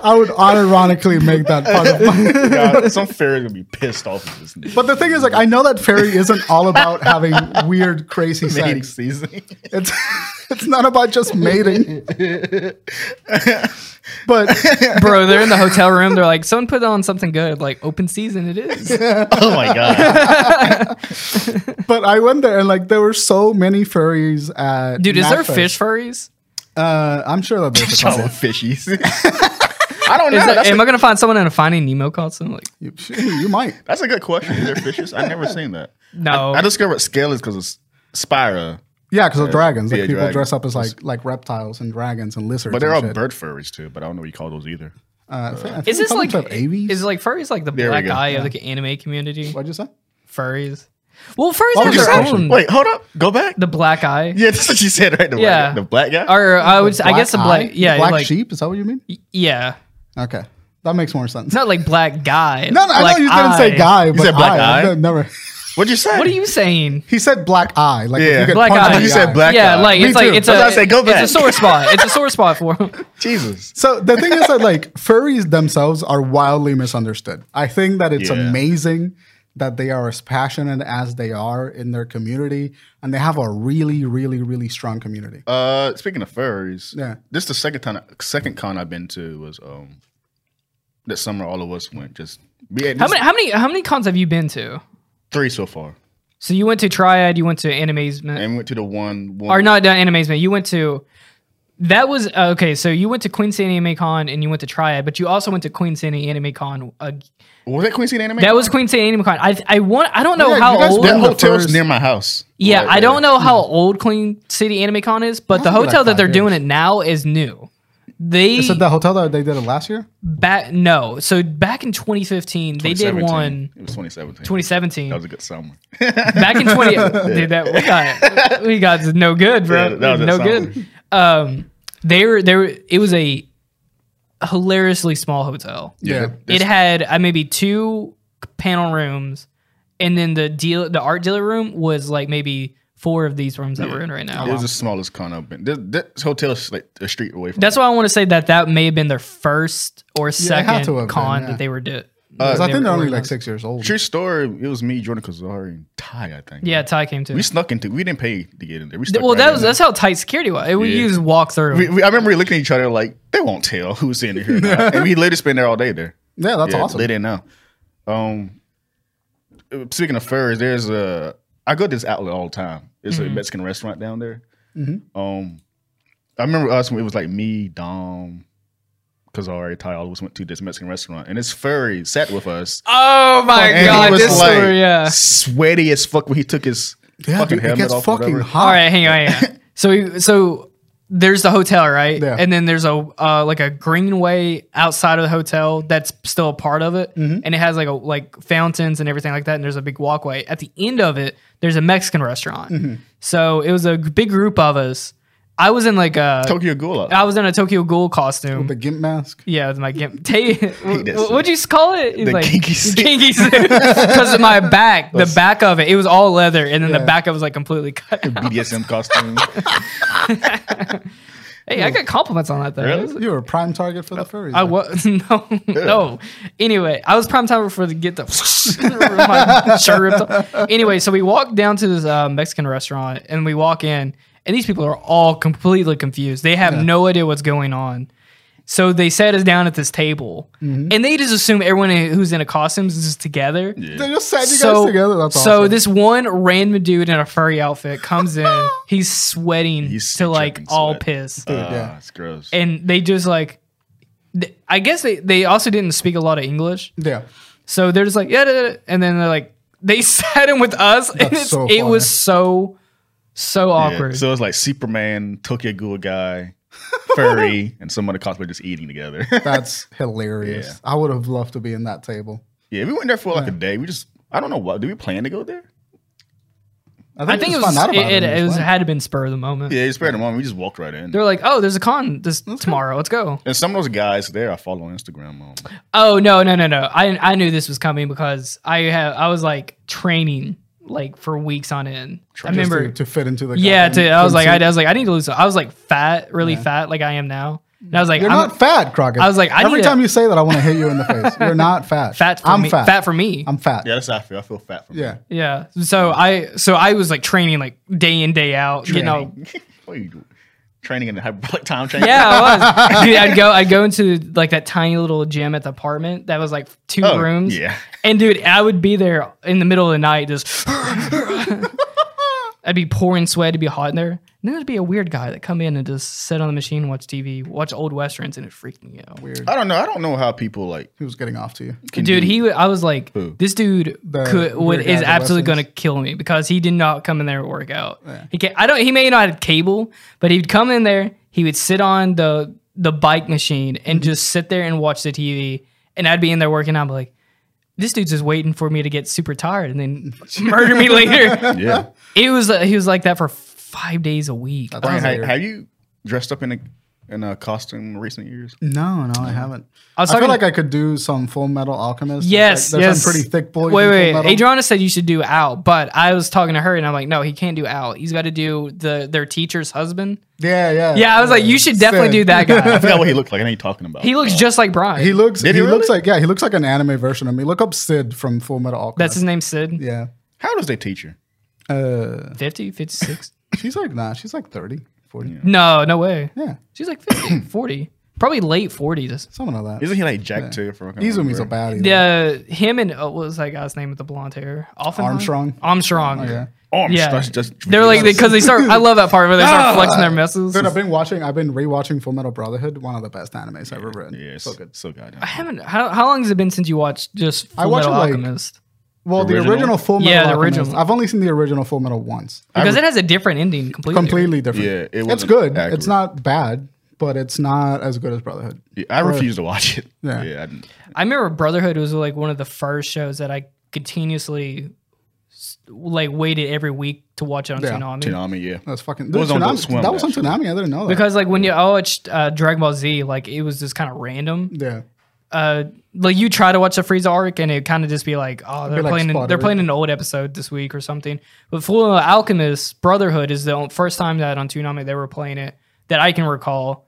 S1: I would unironically make that part of
S3: (laughs)
S1: my.
S3: (laughs) God, some fairy gonna be pissed off at this. nigga.
S1: But the thing is, like, I know that fairy isn't all about having weird, crazy
S3: mating
S1: sex.
S3: season.
S1: It's (laughs) it's not about just
S3: (laughs)
S1: mating. But
S2: Bro, they're in the hotel room. They're like, someone put on something good. Like, open season it (laughs) is.
S3: oh my god,
S1: but I went there and like there were so many furries at
S2: Dude, is there
S1: Natfest.
S2: fish furries?
S1: Uh, I'm sure
S2: (laughs)
S1: that there's a
S3: y'all
S1: couple.
S3: are fishies. I don't know.
S2: Is that,
S3: that's,
S2: am
S3: a,
S2: I going to find someone in a Finding Nemo costume? Like,
S1: you, you might.
S3: that's a good question. Is there fishes? I've never seen that.
S2: no.
S3: I discovered scale is because it's Spira,
S1: Yeah, because of dragons. Like
S3: Yeah,
S1: people
S3: dragons.
S1: dress up as like like reptiles and dragons and lizards.
S3: but they're
S1: and
S3: all
S1: shit.
S3: bird furries too. But I don't know what you call those either.
S1: Uh, I think- I think
S2: is
S1: they
S2: this
S1: call
S2: like,
S1: themselves avies?
S2: is like furries like the
S3: There we
S2: black
S3: go.
S2: eye of the anime community?
S1: What'd you say?
S2: Furries. Well, furries
S1: What
S2: have
S1: was your
S2: their
S1: question?
S2: own.
S3: Wait, hold up. Go back.
S2: The black eye.
S3: Yeah, that's what you said, right? The
S2: Yeah.
S3: black, the black guy.
S2: Or I would, I guess the
S1: eye?
S2: black, yeah,
S1: black
S2: like,
S1: sheep. Is that what you mean?
S2: yeah.
S1: Okay, that makes more sense.
S2: It's not like black guy.
S1: No, no, I
S2: black
S1: know you didn't say
S2: eye.
S1: guy, but
S3: said black
S1: I,
S3: eye?
S1: never.
S3: What'd you say?
S2: What are you saying?
S1: He said black eye. Like if
S3: Yeah.
S1: you could
S2: Black
S1: punch
S2: eye.
S1: him in
S2: You
S1: the
S3: said
S1: eye.
S3: black
S2: yeah,
S3: eye.
S2: like
S1: Me
S2: it's like
S1: too.
S2: it's
S3: That's
S2: a
S3: what I said, go back.
S2: it's a sore spot. It's a (laughs) sore spot for him.
S3: Jesus?
S1: So the thing is that like furries themselves are wildly misunderstood. I think that it's
S3: Yeah.
S1: amazing that they are as passionate as they are in their community, and they have a really, really, really strong community.
S3: Uh, speaking of furries,
S1: Yeah.
S3: this the second time, second con I've been to was um that summer. All of us went. Just we had
S2: How
S3: just
S2: many how many how many cons have you been to?
S3: three so far,
S2: So you went to Triad, you went to Animazement,
S3: and we went to the one. one
S2: or not uh, Animazement. You went to that was uh, okay. So you went to Queen City Anime Con and you went to Triad, but you also went to Queen City Anime Con. Uh,
S3: was that Queen City Anime?
S2: that was Queen City Anime Con. I I want I don't know
S1: Oh, Yeah, you
S2: how
S1: guys
S2: old.
S1: went
S3: that
S1: the
S3: hotel's
S1: first-
S3: near my house.
S2: Yeah,
S3: Like,
S2: I don't know how old Queen City Anime Con is, but the
S1: Probably
S2: hotel
S1: like
S2: that they're
S1: five
S2: doing
S1: years.
S2: it now is new. They
S1: Is it the hotel that they did it last year?
S2: back no. So back in 2015, they did
S3: 2017.
S2: one
S3: It was 2017.
S2: 2017.
S3: That was a good summer.
S2: Back in
S3: (laughs)
S2: 20 dude, that we got we got no good, bro.
S3: Yeah, that was
S2: no
S3: that
S2: good.
S3: summer.
S2: Um they were they were it was a hilariously small hotel.
S1: Yeah.
S2: it had uh, maybe two panel rooms and then the deal the art dealer room was like maybe four of these rooms that we're in right now.
S3: It was the smallest con I've been. This, this hotel is like a street away from.
S2: That's why I want to say that that may have been their first or
S1: it had to have
S2: second
S1: been,
S2: con
S1: yeah.
S2: that they were did.
S3: Uh,
S1: 'Cause I
S2: they
S1: think
S2: were
S1: they're only like
S2: organized.
S1: six years old.
S3: True story. It was me, Jordan Kazari, and Ty. I think.
S2: Yeah, Ty came too.
S3: We snuck into. We didn't pay to get in there. We stuck
S2: well,
S3: right
S2: that
S3: in
S2: was
S3: there.
S2: that's how tight security was. We
S3: Yeah.
S2: used walk through.
S3: We, we, I remember looking at each other like they won't tell who's in here. or not. and we literally spent there all day there.
S1: Yeah, that's
S3: Yeah,
S1: awesome.
S3: They didn't know. Um, speaking of furs, there's a I go to this outlet all the time. It's
S2: Mm-hmm.
S3: a Mexican restaurant down there.
S1: Mm-hmm.
S3: Um, I remember us when it was like me, Dom, Kazari, Ty, all of us went to this Mexican restaurant, and this furry sat with us.
S2: oh my
S3: And
S2: god,
S3: he was
S2: this
S3: like
S2: story, yeah.
S3: sweaty as fuck when he took his
S1: Yeah,
S3: fucking
S1: dude, it
S3: helmet
S1: gets
S3: off.
S1: fucking
S3: whatever. (laughs)
S1: hot.
S2: All right, hang on, hang on. So, so there's the hotel, right?
S1: Yeah.
S2: And then there's a uh, like a greenway outside of the hotel that's still a part of it,
S3: Mm-hmm.
S2: and it has like a like fountains and everything like that. And there's a big walkway at the end of it. There's a Mexican restaurant.
S3: Mm-hmm.
S2: So it was a big group of us. I was in like a
S3: Tokyo Ghoul.
S2: I was in a Tokyo Ghoul costume.
S1: The gimp mask.
S2: yeah, with my (laughs) gimp. Ta-
S3: this.
S2: wh- what'd you s- call it? He's
S3: The
S2: (laughs)
S3: kinky suit.
S2: kinky suit. Because of my back,
S3: (laughs)
S2: the back of it, it was all leather, and then the back of it was like completely cut. out. (laughs)
S3: BDSM costume.
S2: Hey, I got compliments on that though.
S3: Hmm. Really?
S1: You were a prime target
S3: Uh,
S1: for the furries.
S2: I was (laughs) no, no. Anyway, I was prime timer for the get the (laughs) my shirt ripped off. Anyway, so we walk down to this uh, Mexican restaurant and we walk in, and these people are all completely confused. They have no idea what's going on. So they set us down at this table,
S3: Mm-hmm.
S2: and they just assume everyone who's in a costume is just together.
S1: They just sat you
S2: So,
S1: guys together. That's
S2: so
S1: awesome.
S2: this one random dude in a furry outfit comes in.
S3: (laughs)
S2: He's sweating
S3: He's
S2: to like
S3: dripping
S2: all
S3: sweat.
S2: piss
S3: Ah,
S1: yeah.
S3: it's gross.
S2: and they just like th- i guess they, they also didn't speak a lot of english
S1: yeah.
S2: so they're just like yeah da, da, da," and then they're like they (laughs) sat in with us and it's,
S1: so
S2: it
S1: funny.
S2: was so so
S3: Yeah.
S2: awkward
S3: So it's like Superman, Tokyo Ghoul guy,
S2: (laughs)
S3: furry, and some other cosplay just eating together.
S1: That's hilarious. I would have loved to be in that table.
S3: (laughs) yeah, we went there for like a day. We just I don't know what. Do we plan to go there?
S2: i think
S1: we
S2: it
S1: just
S2: was
S1: found out
S2: it,
S1: about
S2: it,
S1: when
S2: it
S1: we
S2: was
S1: went.
S2: had to been spur of the moment
S3: Yeah, it's spare the moment. We just walked right in.
S2: they're like oh there's a con this tomorrow let's go
S3: And some of those guys there I follow on Instagram. Um,
S2: oh no no no no i i knew this was coming because i have i was like training like for weeks on end i
S1: Just
S2: remember
S1: to, to fit into the
S2: yeah
S1: goddamn
S2: to, i was like I,
S1: swimsuit.
S2: I was like i need to lose some- i was like fat really fat like i am now and i was like
S1: You're
S2: I'm,
S1: not fat, Crockett.
S2: I was like, I
S1: every
S2: need
S1: time
S2: to-
S1: you say that, I want to hit you in the face.
S2: (laughs)
S1: You're not fat.
S2: fat for
S1: I'm
S2: me.
S1: fat.
S2: for me.
S1: I'm fat.
S3: yeah,
S1: Yeah.
S3: that's how I feel. I feel fat from
S1: Yeah.
S2: yeah. So I so I was like training like day in day out. You know.
S3: (laughs) what are you doing? Training in the hyperbolic time
S2: (laughs)
S3: training.
S2: Yeah, I
S1: (laughs)
S2: was. Dude, I'd go I'd go into like that tiny little gym at the apartment that was like two
S3: Oh,
S2: rooms.
S3: yeah.
S2: And dude, I would be there in the middle of the
S1: (laughs)
S2: night just I'd be pouring sweat, it'd be hot in there. And then there'd be a weird guy that come in and just sit on the machine, watch TV, watch old westerns, and it freaked me out. Weird.
S3: I don't know. I don't know how people like
S1: He was getting off to you.
S2: dude he wa- i was like
S3: Who?
S2: this dude
S1: The
S2: could would,
S1: weird guy
S2: is
S1: with
S2: absolutely
S1: lessons?
S2: going to kill me because he did not come in there and work out he can i don't he may not have cable but he'd come in there he would sit on the the bike machine and just sit there and watch the tv and i'd be in there working out I'm like this dude's just waiting for me to get super tired and then (laughs) murder me later
S1: (laughs)
S3: yeah.
S2: it was uh, he was like that for five days a week I was,
S1: That's
S3: Brian,
S1: weird.
S3: ha- have you dressed up in a in a costume in recent
S2: (laughs)
S3: years?
S1: No, no, I haven't.
S2: I
S1: I,
S2: was
S1: feel
S2: talking-
S1: like I could do some Full Metal Alchemist.
S2: Yes,
S1: like,
S2: yes.
S1: Some pretty thick boy.
S2: Wait, wait. wait. Adriana said you should do Al, but I was talking to her and I'm like, no, he can't do Al. He's got to do the their teacher's husband.
S1: Yeah, yeah.
S2: Yeah, I was like, you should definitely
S1: Sid.
S2: do that
S1: (laughs)
S3: I
S2: guy.
S3: forgot what he looked like. I know you're talking about.
S2: He looks just like Brian.
S1: He looks. He,
S3: Did he
S1: looks
S3: really?
S1: like yeah. He looks like an anime version of me. Look up Sid from Full Metal Alchemist.
S2: That's his name, Sid.
S1: yeah.
S3: How does they teach you?
S1: Uh,
S2: 50, 56.
S1: she's like nah. She's like 30, 40. Yeah,
S2: no, no way. She's
S1: (clears throat)
S2: like 50, 40. Probably late 40s.
S1: something like that.
S3: Isn't he like Jack too? For
S1: Izumi's a baddie. though.
S2: The him and uh, what was that guy's name with the blonde hair? Offenheim?
S1: Armstrong. Oh,
S2: Armstrong.
S1: Yeah.
S3: arm.
S2: Yeah.
S3: That's Oh, just
S2: They're like because they start. I love that part where they
S1: (laughs)
S2: start flexing their muscles.
S1: Dude, I've been watching. I've been rewatching Full Metal Brotherhood, one of the best animes I've ever written.
S3: yeah, so
S1: so
S3: good, so good.
S2: I haven't. How, how long has it been since you watched just Full
S1: I watched
S2: Metal
S1: it, like,
S2: Alchemist?
S1: Well, the
S3: Original?
S1: original, Full Metal.
S2: Yeah, the
S1: Alchemist,
S2: original.
S1: I've only seen the original Full Metal once.
S2: because it has a different ending completely.
S1: Completely different.
S3: Yeah, it
S1: it's
S3: wasn't
S1: good.
S3: accurate.
S1: It's not bad, but it's not as good as Brotherhood.
S3: Yeah, I refuse to watch it.
S1: Yeah.
S3: yeah I didn't-
S2: I remember Brotherhood was like one of the first shows that I continuously s- like waited every week to watch it on
S1: Yeah.
S2: Toonami.
S3: Toonami. Yeah,
S1: That's fucking. Dude,
S3: was on
S1: Tsunami-
S3: Adult Swim,
S1: that was on
S3: actually.
S1: Tsunami. I didn't know that.
S2: Because like when you I watched uh, Dragon Ball Z, like it was just kind of random.
S1: yeah,
S2: Uh, like you try to watch the Frieza arc and it kind of just be like, oh, they're
S1: be, like,
S2: playing an- they're
S1: sputtered.
S2: playing an old episode this week or something. But Full Metal Alchemist Brotherhood is the on- first time that on Toonami they were playing it that I can recall.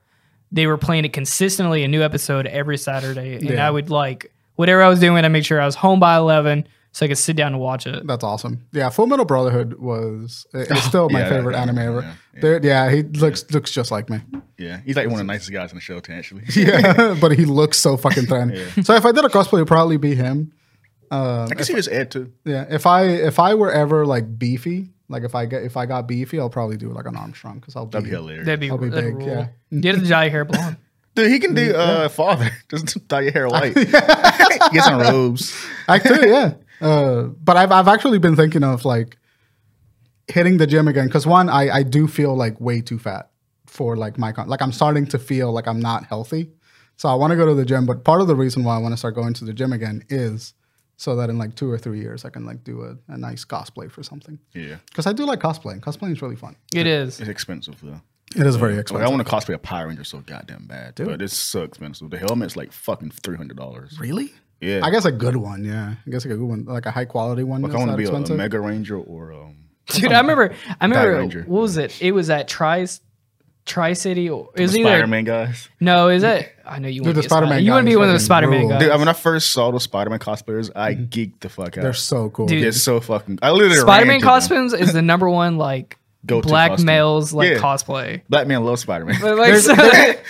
S2: They were playing it consistently, a new episode every Saturday, and
S1: Yeah.
S2: I would like whatever I was doing, I made sure I was home by eleven so I could sit down and watch it.
S1: that's awesome. Yeah, Full Metal Brotherhood was. it- It's
S3: (laughs)
S1: still my
S3: yeah, that-
S1: favorite
S3: that-
S1: anime ever.
S3: yeah, yeah.
S1: Dude, yeah, he looks looks just like me. (laughs)
S3: yeah. He's like one of the nicest guys in the show, too, actually.
S1: Yeah, (laughs) but he looks so fucking thin. So if I did a cosplay, it'd probably be him.
S3: (laughs) I can see this ad too.
S1: Yeah, if I if I were ever like beefy, like if I get if I got beefy, I'll probably do like an Armstrong because I'll
S3: That'd be
S1: be.
S3: hilarious.
S2: That'd be,
S1: I'll be
S2: that'd
S1: big,
S2: rule.
S1: yeah. (laughs)
S2: You have to dye your hair blonde.
S3: Dude, he can do uh, father. (laughs) Just
S1: (laughs)
S3: dye your hair white. Get some robes.
S1: Actually, yeah. Uh, but I've I've actually been thinking of like hitting the gym again because one, I I do feel like way too fat for like my con- like I'm starting to feel like I'm not healthy. So I want to go to the gym, but part of the reason why I want to start going to the gym again is so that in like two or three years I can like do a, a nice cosplay for something.
S3: Yeah.
S1: Because I do like cosplaying. Cosplaying is really fun.
S2: It
S1: (laughs)
S2: is.
S3: It's expensive though.
S1: It is very
S3: Like,
S1: expensive.
S3: I want to cosplay a Power Ranger so goddamn bad, but it's so expensive. The helmet's like fucking three hundred dollars.
S1: really?
S3: Yeah,
S1: I guess a good one, yeah. I guess like a good one, like a high quality one.
S3: Like, I
S1: that's
S3: want
S1: not
S3: to be a, a
S1: expensive.
S3: Mega Ranger or um,
S2: Dude, I remember. I remember.
S3: Ranger.
S2: What was it? It was at Tri Tri City. It was either
S3: Spider Man guys.
S2: no. Is it? I know you. want
S1: the
S2: to be a Spider-
S1: Spider-Man
S2: You want to
S1: guy
S2: be
S1: is
S2: one of those
S1: fucking
S2: Spider Man
S1: rule.
S2: guys.
S3: Dude, when I first saw those Spider Man cosplayers, I geeked the fuck out.
S1: Mm-hmm. They're so cool.
S2: Dude,
S3: it's so fucking. I literally ran
S2: Spider Man
S3: to them.
S2: costumes is the number one like
S3: Go-to
S2: black
S3: costume.
S2: males like
S3: Yeah.
S2: cosplay.
S3: Black man loves Spider Man.
S2: But, like, so-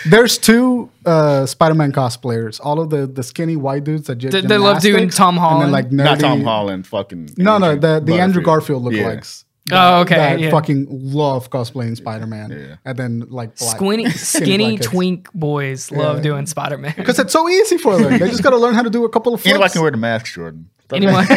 S1: There's two uh, Spider-Man cosplayers. All of the the skinny white dudes that did
S2: They- they love doing
S1: gymnastics,
S2: Tom
S1: And
S2: Holland.
S1: then, like
S3: (laughs) Not
S1: nerdy,
S3: Tom Holland. Fucking
S1: No, no, the the Andrew
S3: Butterfield.
S1: Garfield
S3: Yeah.
S1: lookalikes.
S2: (laughs)
S3: (laughs)
S2: oh, okay.
S1: that
S2: Yeah.
S1: fucking love cosplaying Spider-Man.
S3: Yeah.
S1: And then like black-
S2: Squinty, skinny
S1: black kids.
S2: twink boys love doing Spider Man. (laughs)
S1: Because it's so easy for them. They just got to learn how to do a couple of flips.
S3: Anybody can wear the mask, Jordan.
S2: Anyone?
S1: (laughs)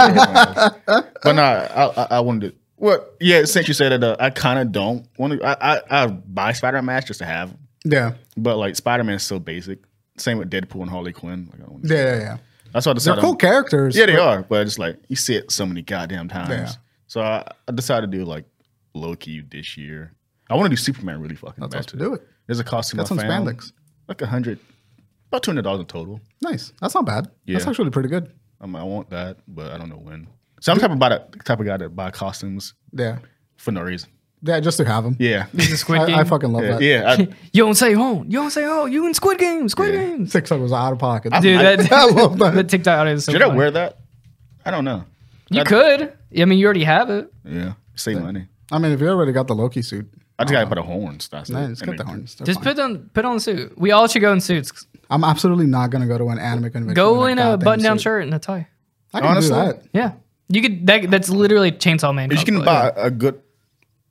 S3: but no, I, I, I wanted to. Well, yeah, since you said it, uh, I kind of don't want to. I, I, I buy Spider Man masks just to have 'em.
S1: yeah.
S3: But like Spider Man is so basic. Same with Deadpool and Harley Quinn. Like, I don't
S1: yeah, yeah, yeah.
S3: That's why I
S1: They're
S3: decided.
S1: cool characters.
S3: yeah, they are. But it's like you see it so many goddamn times.
S1: Yeah.
S3: So I, I decided to do like Loki this year. I want to do Superman really fucking
S1: That's
S3: bad
S1: awesome.
S3: too.
S1: Do it.
S3: There's a costume
S1: Get
S3: I
S1: some
S3: found,
S1: spandex.
S3: like a hundred, about two hundred dollars in total.
S1: Nice. That's not bad. That's
S3: Yeah.
S1: actually pretty good.
S3: I'm, I want that, but I don't know when. So I'm the type of, about the type of guy that buy costumes
S1: Yeah.
S3: for no reason.
S1: Yeah, just to have them.
S3: (laughs) Yeah,
S2: The (laughs) Squid Game.
S1: I, I fucking (laughs) love
S3: yeah.
S1: that.
S3: yeah,
S1: (laughs)
S3: I,
S2: you don't say home. You don't say home. You in Squid Game. Squid
S3: Yeah.
S2: Games.
S1: Six was out of pocket.
S2: Dude,
S1: (laughs)
S2: that,
S1: I love that.
S2: the TikTok audio is so
S3: should I
S2: funny.
S3: wear that? I don't know.
S2: You could. I mean, you already have it.
S3: Yeah, save money.
S1: I mean, if you already got the Loki suit,
S3: I just gotta put the horns. That's
S1: Uh-huh. nah,
S3: it.
S1: just
S3: I
S1: get
S3: mean,
S1: the horns. They're
S2: Just
S1: fine.
S2: put on put on a suit. We all should go in suits.
S1: I'm absolutely not gonna go to an anime convention.
S2: Go
S1: with
S2: in a
S1: goddamn
S2: button down
S1: suit.
S2: shirt and a tie.
S1: I can
S3: Honestly.
S1: do that. (laughs)
S2: Yeah, you could. That, that's literally Chainsaw Man.
S3: If you can
S1: Uh,
S2: cosplay.
S3: buy a good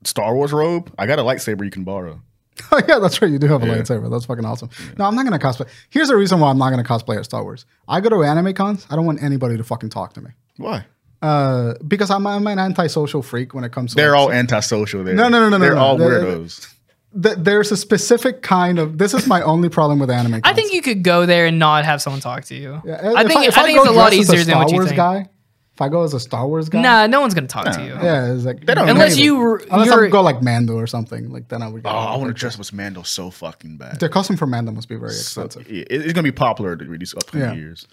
S3: Star Wars robe, I got a lightsaber you can borrow.
S1: Oh yeah, that's right. You do have a lightsaber. That's fucking awesome. No, I'm not gonna cosplay. Here's the reason why I'm not gonna cosplay at Star Wars. I go to anime cons. I don't want anybody to fucking talk to me.
S3: Why?
S1: Uh, because I'm, I'm an antisocial freak when it comes to.
S3: They're all antisocial. There.
S1: No, no, no, no, no,
S3: They're
S1: no.
S3: all
S1: They're-
S3: weirdos.
S1: Th- there's a specific kind of. This is my only problem with anime. Cons.
S2: I think you could go there and not have someone talk to you.
S1: Yeah,
S2: I
S1: if
S2: think I,
S1: if
S2: think
S1: go
S2: it's a lot
S1: dressed as
S2: easier than
S1: Star
S2: what you
S1: Wars
S2: think.
S1: guy. If I go as a Star Wars guy,
S2: Nah, no one's gonna talk to you.
S1: yeah, it's like
S3: don't
S2: Unless
S3: know.
S2: you,
S1: unless
S2: you're,
S1: I go like Mando or something, like then I would. Get
S3: Oh, I want to dress up as Mando so fucking bad.
S1: The costume for Mando must be very
S3: So,
S1: expensive.
S3: yeah, it- it's gonna be popular to read these upcoming
S1: Yeah.
S3: years.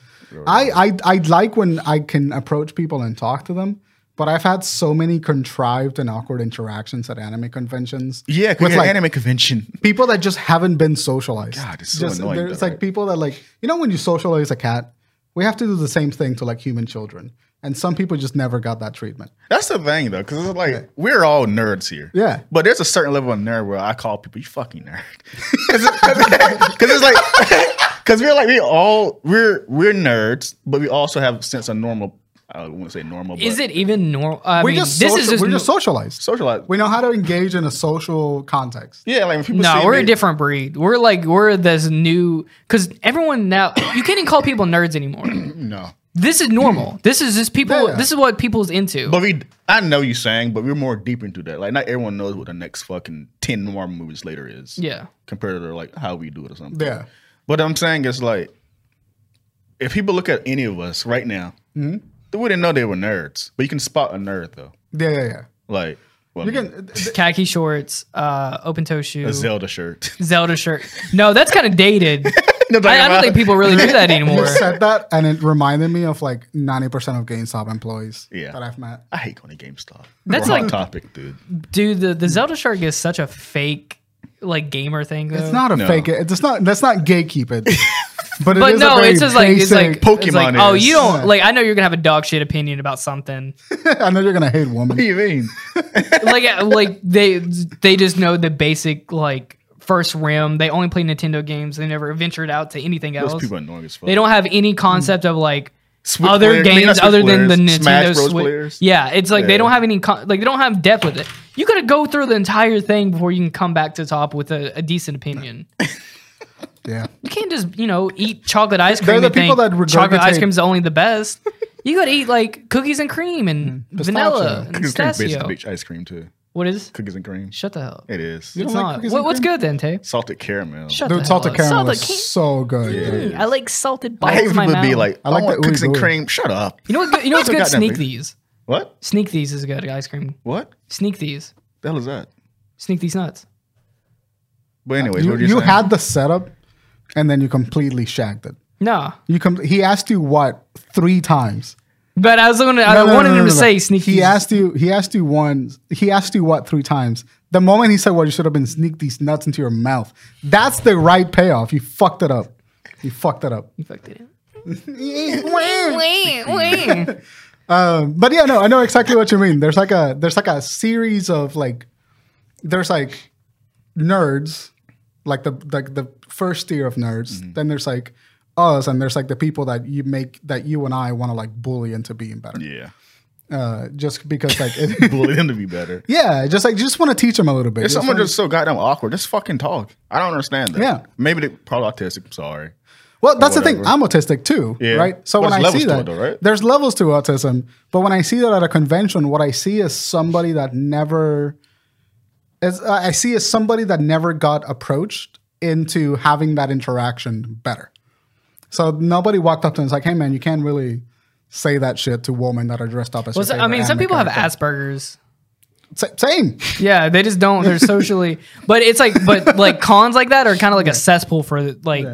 S1: I, I I like when I can approach people and talk to them, but I've had so many contrived and awkward interactions at anime conventions.
S3: yeah,
S1: with
S3: because
S1: like
S3: anime convention.
S1: people that just haven't been socialized.
S3: God, it's so
S1: Just-
S3: annoying
S1: There's
S3: though,
S1: like
S3: right?
S1: people that like you know when you socialize a cat, we have to do the same thing to like human children, and some people just never got that treatment.
S3: That's the thing though, because it's like we're all nerds here.
S1: Yeah.
S3: but there's a certain level of nerd where I call people "you fucking nerd" (laughs) because it's like (laughs) because we're like we all we're we're nerds, but we also have a sense of normal. I wouldn't say normal. But
S2: is it even normal? I
S1: We
S2: mean,
S1: just
S2: this
S1: social,
S2: is just,
S1: we're just socialized.
S3: socialized?
S1: We know how to engage in a social context.
S3: yeah, like when people
S2: no.
S3: see
S2: We're
S3: me-
S2: a different breed. We're like we're this new because everyone now you can't even call people nerds anymore. (clears throat)
S3: no.
S2: this is normal. this is just people.
S1: Yeah.
S2: This is what people's into.
S3: But we, I know you saying, but we're more deep into that. Like, not everyone knows what the next fucking ten Marvel movies later is.
S2: yeah.
S3: compared to like how we do it or something.
S1: Yeah.
S3: But I'm saying it's like if people look at any of us right now,
S1: Mm-hmm.
S3: they wouldn't know they were nerds. But you can spot a nerd though.
S1: Yeah, yeah, yeah.
S3: Like well,
S1: You can,
S2: khaki shorts, uh, open toe
S3: a
S2: shoes,
S3: Zelda shirt. (laughs)
S2: Zelda shirt. No, that's kind of dated.
S3: No, (laughs) like, uh,
S2: I, I don't think people really do
S3: (laughs)
S2: that
S1: You (laughs)
S2: anymore.
S1: said that, and it reminded me of like 90% of GameStop employees
S3: Yeah.
S1: that I've met.
S3: I hate going to GameStop.
S2: That's
S3: That's like
S2: like-
S3: topic, dude.
S2: Dude, the, the Zelda shirt is such a fake like gamer thing. Though.
S1: It's not a
S3: No.
S1: fake. It's not. That's not gatekeep (laughs) it. But, it
S2: But
S1: is a
S2: no,
S1: very
S2: it's just like it's like
S1: basic-
S2: it's like,
S3: Pokemon
S2: oh,
S3: is.
S2: you
S1: Yeah.
S2: don't like. I know you're gonna have a dog shit opinion
S1: (laughs)
S2: about something.
S1: I know you're gonna hate
S2: (laughs)
S1: woman.
S3: you mean?
S2: like uh, like they they just know the basic like first rim. They only play Nintendo games. They never ventured out to anything
S3: Those
S2: else.
S3: people are annoying as fuck.
S2: They don't have any concept of like
S3: Switch
S2: other
S3: players- I mean, not
S2: games
S3: Switch
S2: other than the
S3: players, Smash
S2: Nintendo
S3: Bros.
S2: Switch.
S3: players.
S2: Yeah, it's like they
S3: Yeah.
S2: don't have any con- like they don't have depth with it. You gotta go through the entire thing before you can come back to the top with a, a decent opinion.
S1: Yeah.
S2: You can't just you know eat chocolate ice cream.
S1: They're the
S2: and think
S1: people that
S2: chocolate ice
S1: regurgitate-
S2: cream's the only
S1: (laughs)
S2: the best. You gotta eat like cookies and cream and vanilla
S1: Mm, Pistachio.
S2: and
S3: Cookies and cream
S2: pistachio.
S3: bitch, bitch ice cream too.
S2: What is?
S3: Cookies and cream.
S2: Shut the hell up.
S3: It is.
S1: You
S2: It's
S1: don't like
S2: not.
S1: cookies
S2: What,
S1: and
S2: what's
S1: cream?
S2: good then, Tay?
S3: Salted caramel.
S2: Shut the
S1: Dude, salted
S2: hell up.
S1: caramel
S4: Salted
S1: is
S4: can-
S1: so good. dude.
S4: I like salted
S3: I
S4: balls
S3: hate
S4: in
S3: when
S4: my
S3: people
S4: mouth.
S3: be like,
S1: I
S3: I
S1: like
S3: like
S1: that
S3: cookies and
S1: ooey gooey.
S3: cream. Shut up.
S2: You know what? good- You know what's good?
S3: Goddamn
S2: Sneak
S3: bitch.
S2: these.
S3: What?
S2: Sneak these is good ice cream.
S3: What?
S2: Sneak these.
S3: The hell is that?
S2: Sneak these nuts.
S3: But anyways,
S1: You,
S3: what were
S1: you,
S3: saying?
S1: had the setup, and then you completely shagged it.
S2: No,
S1: You com- he asked you what three times.
S2: but I was going to. I
S1: No, no,
S2: wanted
S1: no, no,
S2: him to
S1: no.
S2: say sneak
S1: He
S2: these.
S1: asked you. He asked you once. He asked you what three times. The moment he said what, you should have been sneak these nuts into your mouth. That's the right payoff. You fucked it up. You fucked it up.
S2: You fucked it. up.
S1: (laughs) Um, but yeah, no, I know exactly what you mean. There's like a there's like a series of like there's like nerds, like the like the first tier of nerds.
S2: Mm-hmm.
S1: Then there's like us, and there's like the people that you make that you and I want to like bully into being better,
S3: Yeah. (laughs)
S1: uh, just because
S2: (laughs)
S1: like it,
S3: Bully them to be better.
S1: yeah, just like just want to teach them a little bit.
S3: If
S1: Just
S3: someone
S1: wanna-
S3: just so goddamn awkward, just fucking talk. I don't understand that.
S1: Yeah.
S3: Maybe they probably autistic. I'm sorry.
S1: Well, that's the thing.
S3: whatever.
S1: I'm autistic too,
S3: Yeah.
S1: right? So
S3: But
S1: when I
S3: there's
S1: see
S3: levels
S1: that,
S3: to it though, right?
S1: there's levels to autism. But when I see that at a convention, what I see is somebody that never, as uh, I see is somebody that never got approached into having that interaction better. So nobody walked up to him and was like, "Hey, man, you can't really say that shit to women that are dressed up as."
S2: Well,
S1: your
S2: so- I
S1: favorite
S2: mean, some
S1: anime
S2: people have
S1: character."
S2: Asperger's.
S1: Sa- same.
S2: Yeah, they just don't.
S1: (laughs)
S2: They're socially, but it's like, but like cons like that are kind of like a cesspool for like.